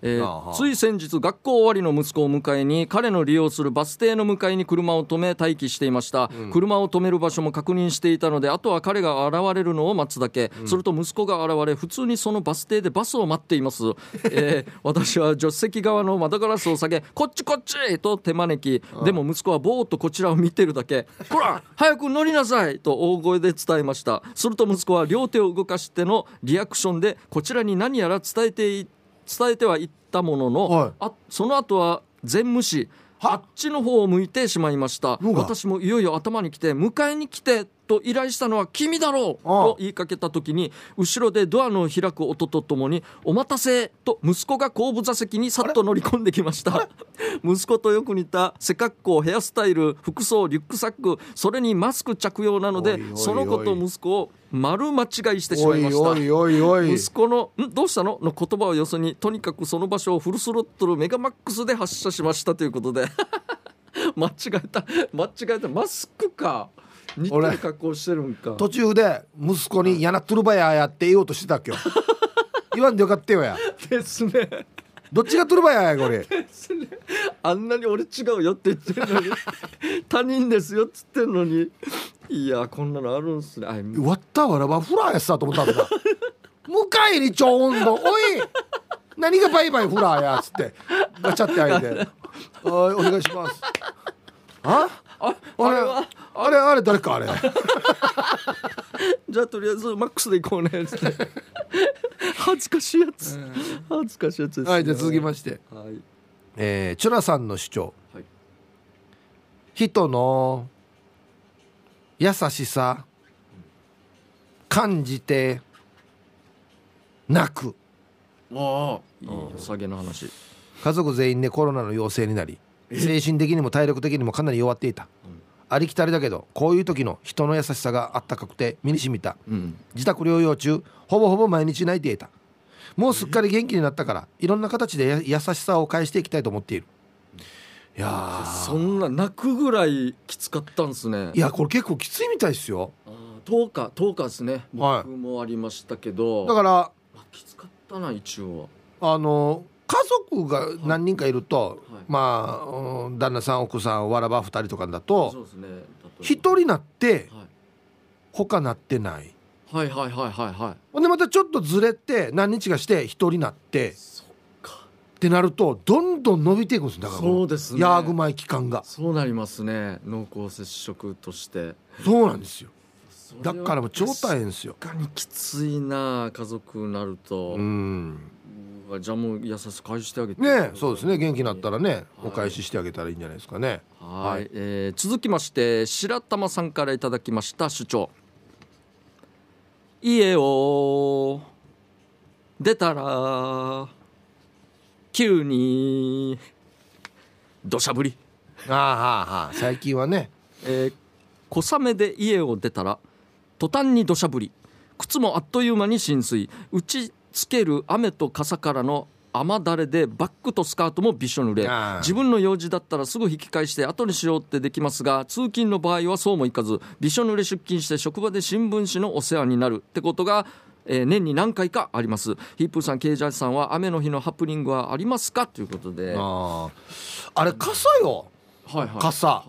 Speaker 1: えー
Speaker 2: ああはあ
Speaker 1: つい先日学校終わりの息子を迎えに彼の利用するバス停の向かいに車を止め待機していました、車を止める場所も確認していたのであとは彼が現れるのを待つだけ、すると息子が現れ普通にそのバス停でバスを待っています、えー私は助手席側の窓ガラスを下げこっちこっちと手招きでも息子はぼーっとこちらを見てるだけほら早く乗りなさいと大声で伝えましたすると息子は両手を動かしてのリアクションでこちらに何やら伝えてい伝えてはいったものの、
Speaker 2: はい
Speaker 1: あその後は全無視
Speaker 2: は
Speaker 1: あっちの方を向いてしまいました
Speaker 2: のが
Speaker 1: 私もいよいよ頭に来て迎えに来てと依頼したのは君だろう
Speaker 2: ああ
Speaker 1: と言いかけた時に後ろでドアの開く音とともに「お待たせ」と息子が後部座席にさっと乗り込んできました息子とよく似た背格好ヘアスタイル服装リュックサックそれにマスク着用なので
Speaker 2: おいおいおい
Speaker 1: その子と息子を丸間違いしてし
Speaker 2: お
Speaker 1: まいま
Speaker 2: い
Speaker 1: した
Speaker 2: おいおいおい
Speaker 1: 息子の「んどうしたの?」の言葉をよそにとにかくその場所をフルスロットルメガマックスで発射しましたという
Speaker 2: [LAUGHS]
Speaker 1: ことで間違えた間違えたマスクか似て
Speaker 2: 俺
Speaker 1: る格好してるんか
Speaker 2: 途中で息子に「やなっとるばや」やって言おうとしてたっけよ
Speaker 1: [LAUGHS]
Speaker 2: 言わんでよかったよや
Speaker 1: ですね
Speaker 2: どっちがとるばややこれ
Speaker 1: ですねあんなに俺違うよって言ってる
Speaker 2: [LAUGHS]
Speaker 1: のに他人ですよっつってんのにいやこんなのあるんすねあ
Speaker 2: 終わったわらばフラーやさと思ったんだ迎えにちょんどおい何がバイバイフラーやっつってガチャって開いて「おいお願いします」あ
Speaker 1: あ
Speaker 2: あ
Speaker 1: あ
Speaker 2: れ
Speaker 1: れ
Speaker 2: あ
Speaker 1: は
Speaker 2: れあれ誰かあれ
Speaker 1: じゃあとりあえずマックスで行こうねっつって
Speaker 2: [LAUGHS]
Speaker 1: 恥ずかしいやつ恥ずかしいやつですね
Speaker 2: はいじゃあ続きまして
Speaker 1: はい
Speaker 2: えーチュラさんの主張、
Speaker 1: はい
Speaker 2: 人の優しさ感じて泣く
Speaker 1: ああいいよ下げの話
Speaker 2: 家族全員でコロナの陽性になり精神的にも体力的にもかなり弱っていた、ありきたりだけどこういう時の人の優しさがあったかくて身に染みた
Speaker 1: うん
Speaker 2: 自宅療養中ほぼほぼ毎日泣いていたもうすっかり元気になったからいろんな形でや優しさを返していきたいと思っているいやー
Speaker 1: そんな泣くぐらいきつかったんですね
Speaker 2: いやこれ結構きついみたいですよ
Speaker 1: ああ10日10日ですね
Speaker 2: は
Speaker 1: 僕
Speaker 2: い
Speaker 1: もありましたけど、
Speaker 2: だから
Speaker 1: まあきつかったな一応は
Speaker 2: あの家族が何人かいると、
Speaker 1: はい
Speaker 2: まあうん旦那さん奥さんわらば2人とかだと
Speaker 1: そうですね例えば
Speaker 2: 1人なって
Speaker 1: は
Speaker 2: 他なってない
Speaker 1: い、はいはいはいはいは
Speaker 2: ほんでまたちょっとずれて何日かして1人なって
Speaker 1: いそっか
Speaker 2: ってなるとどんどん伸びていくんですだから
Speaker 1: そうですね
Speaker 2: ヤーグマイ期間が
Speaker 1: そうなりますね濃厚接触として
Speaker 2: そうなんですよ
Speaker 1: それ
Speaker 2: だ
Speaker 1: は
Speaker 2: からもう超大変ですよ
Speaker 1: 確かにきついな家族になると、
Speaker 2: うん
Speaker 1: うわじゃあもう優しく返してあげて
Speaker 2: ねえそうですね元気になったらね
Speaker 1: はい
Speaker 2: お返ししてあげたらいいんじゃないですかね
Speaker 1: はい、
Speaker 2: はい
Speaker 1: えー続きまして白玉さんからいただきました主張家を出たら急に土砂降り、
Speaker 2: ああはあはあ最近はね
Speaker 1: えー小雨で家を出たら途端に土砂降り靴もあっという間に浸水打ちつける雨と傘からの雨だれでバッグとスカートもびしょ濡れ
Speaker 2: ああ
Speaker 1: 自分の用事だったらすぐ引き返して後にしようってできますが通勤の場合はそうもいかずびしょ濡れ出勤して職場で新聞紙のお世話になるってことが、えー年に何回かありますヒープーさんケイジャージさんは雨の日のハプニングはありますかということではい
Speaker 2: あああれ傘よ
Speaker 1: はい
Speaker 2: 傘
Speaker 1: は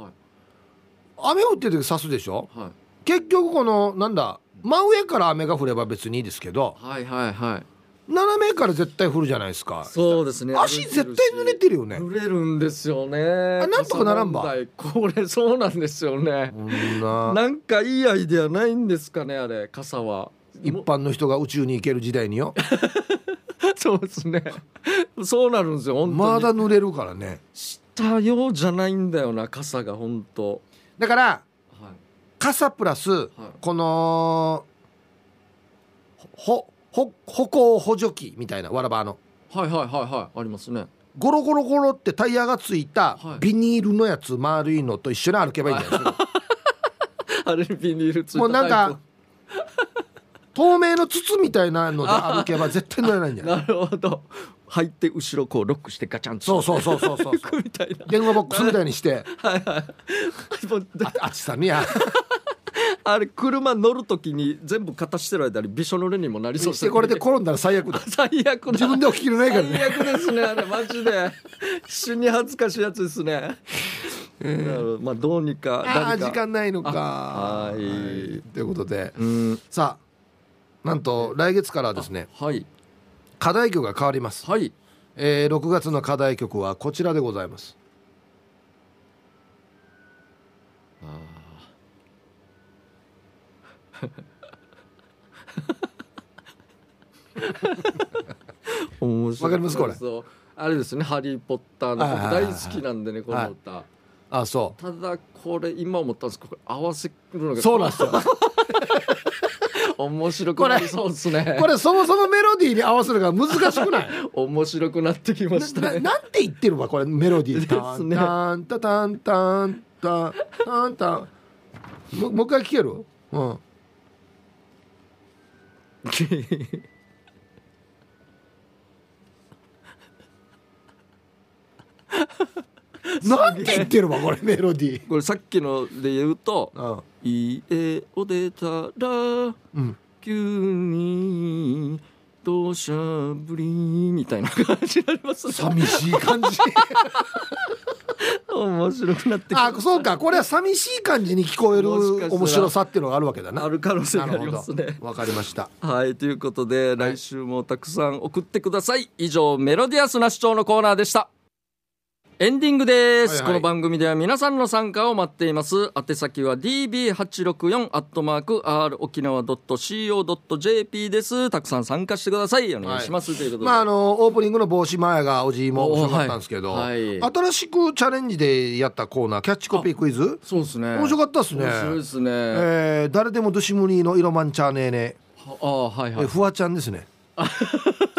Speaker 2: 雨降ってる時刺すでしょ
Speaker 1: いはい
Speaker 2: 結局このなんだ真上から雨が降れば別にいいですけど
Speaker 1: はいはいはい
Speaker 2: 斜めから絶対降るじゃないですか
Speaker 1: そうですね
Speaker 2: 足絶対濡れてるよね
Speaker 1: 濡れるんですよね
Speaker 2: なんとかならんば
Speaker 1: 傘問題これそうなんですよね
Speaker 2: こんな
Speaker 1: なんかいいアイデアないんですかねあれ傘は
Speaker 2: 一般の人が宇宙に行ける時代によ
Speaker 1: そうですね。 [LAUGHS] そうなるんですよ。本当に。
Speaker 2: まだ濡れるからね
Speaker 1: したようじゃないんだよな傘が本当。
Speaker 2: だから
Speaker 1: はい。
Speaker 2: 傘プラスこのほほ歩行補助器みたいなわらばの
Speaker 1: はいはいはいはいありますね。
Speaker 2: ゴロゴロゴロってタイヤがついた
Speaker 1: はい
Speaker 2: ビニールのやつ丸いのと一緒に歩けばいいんじゃないですか
Speaker 1: あれにビニールついた
Speaker 2: もうなん
Speaker 1: タイ
Speaker 2: か透明の筒みたいなので歩けば絶対濡れないんじゃ
Speaker 1: プ。
Speaker 2: ない
Speaker 1: なるほど。入って後ろこうロックしてガチャンと
Speaker 2: そうそうそうそうそう
Speaker 1: 行くみたいな。 [LAUGHS]
Speaker 2: 電話ボックスみたいにして
Speaker 1: はいはい。もう [LAUGHS]
Speaker 2: ああっちさんにや
Speaker 1: あれ車乗るときに全部片してる間にびしょ濡れにもなりそう
Speaker 2: そしてこれで転んだら最悪だ
Speaker 1: 最悪だ
Speaker 2: 自分で起ききれないからね
Speaker 1: [LAUGHS] 最悪ですねあれマジで死に恥ずかしいやつですね、なるほどまあどうにか
Speaker 2: ああ
Speaker 1: 誰か
Speaker 2: 時間ないのか
Speaker 1: あはい
Speaker 2: ということで
Speaker 1: うん
Speaker 2: さあなんと来月からはですね
Speaker 1: はい
Speaker 2: 課題曲が変わります、
Speaker 1: はい
Speaker 2: えー、6月の課題曲はこちらでございます
Speaker 1: 面白い
Speaker 2: わかりますこれ
Speaker 1: そうあれですね「ハリー・ポッター」の
Speaker 2: はいはい
Speaker 1: 僕
Speaker 2: は
Speaker 1: 大
Speaker 2: いはい
Speaker 1: 好きなんでねこの歌、
Speaker 2: あそ
Speaker 1: ただこれ今思ったんですけどこれ合わせるの [LAUGHS]
Speaker 2: う
Speaker 1: が
Speaker 2: そうなんですよ
Speaker 1: 面白くなりそうですね
Speaker 2: これそもそもメロディーに合わせるから難しくない
Speaker 1: 面白くなってきました
Speaker 2: な
Speaker 1: ね
Speaker 2: なんて言ってるわこれメロディータ
Speaker 1: す
Speaker 2: ン
Speaker 1: ね
Speaker 2: タンタタンタンタンタンタンももう一回聞けるうん [LAUGHS] なんて言ってるわこれメロディ
Speaker 1: これさっきので言うと
Speaker 2: ー
Speaker 1: 「家を出たら
Speaker 2: うん、うん、
Speaker 1: 急に土砂降り」みたいな感じになりますね
Speaker 2: 寂しい感じ
Speaker 1: 面白くなってき
Speaker 2: [LAUGHS] あ
Speaker 1: た
Speaker 2: そうかこれは寂しい感じに聞こえる
Speaker 1: もしかしたら
Speaker 2: 面白さっていうのがあるわけだな
Speaker 1: ある可能性が
Speaker 2: な
Speaker 1: あ
Speaker 2: る
Speaker 1: ります
Speaker 2: ほ
Speaker 1: ね
Speaker 2: どわかりました
Speaker 1: はいということで来週もたくさん送ってください以上メロディアスな主張のコーナーでしたエンディングです、
Speaker 2: はいはい
Speaker 1: この番組では皆さんの参加を待っています宛先は db864 アットマーク r 沖縄 .co.jp ですたくさん参加してくださいお願いします、ということで、
Speaker 2: まああのオープニングの帽子前がおじいも
Speaker 1: おー
Speaker 2: 面白かったんですけど、
Speaker 1: はいはい
Speaker 2: 新しくチャレンジでやったコーナーキャッチコピークイズ
Speaker 1: そうですね
Speaker 2: 面白かったですね
Speaker 1: 面白いですね、
Speaker 2: えー誰でもドシムニーの色マンチャーネーネ
Speaker 1: はああはい
Speaker 2: ー、
Speaker 1: は
Speaker 2: え
Speaker 1: い
Speaker 2: フワちゃんですね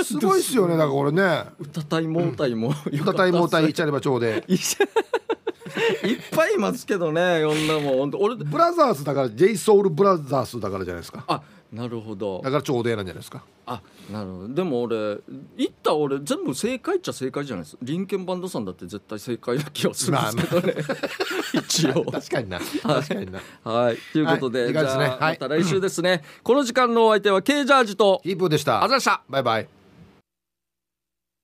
Speaker 2: すごいっ
Speaker 1: [LAUGHS]
Speaker 2: すよねだからこれね
Speaker 1: 歌たいもうたいもよか
Speaker 2: 歌
Speaker 1: った
Speaker 2: た
Speaker 1: っ
Speaker 2: い
Speaker 1: すね
Speaker 2: もたいチャレバ町で
Speaker 1: いし [LAUGHS] いっぱいいますけどね、いんなもん、本当、俺、
Speaker 2: ブラザーズだから j ソウルブラザーズだからじゃないですか
Speaker 1: あ、なるほど
Speaker 2: だ。からちょうどいいなんじゃな
Speaker 1: [LAUGHS]
Speaker 2: いですか
Speaker 1: あ、なるほど。でも、俺、行った、俺、全部正解っちゃ正解じゃないです。リンケンバンドさんだって、絶対正解な気がするんですけどね。 [LAUGHS] 一応。
Speaker 2: 確かにな確かにな
Speaker 1: はい、ということで、
Speaker 2: はいいい
Speaker 1: じ
Speaker 2: 感じですね
Speaker 1: ゃあ、
Speaker 2: は
Speaker 1: ま
Speaker 2: い
Speaker 1: た来週ですね。この時間のお相手は、K ジャージと。
Speaker 2: ヒープーでし
Speaker 1: あ
Speaker 2: た
Speaker 1: ざでした。
Speaker 2: バイバイ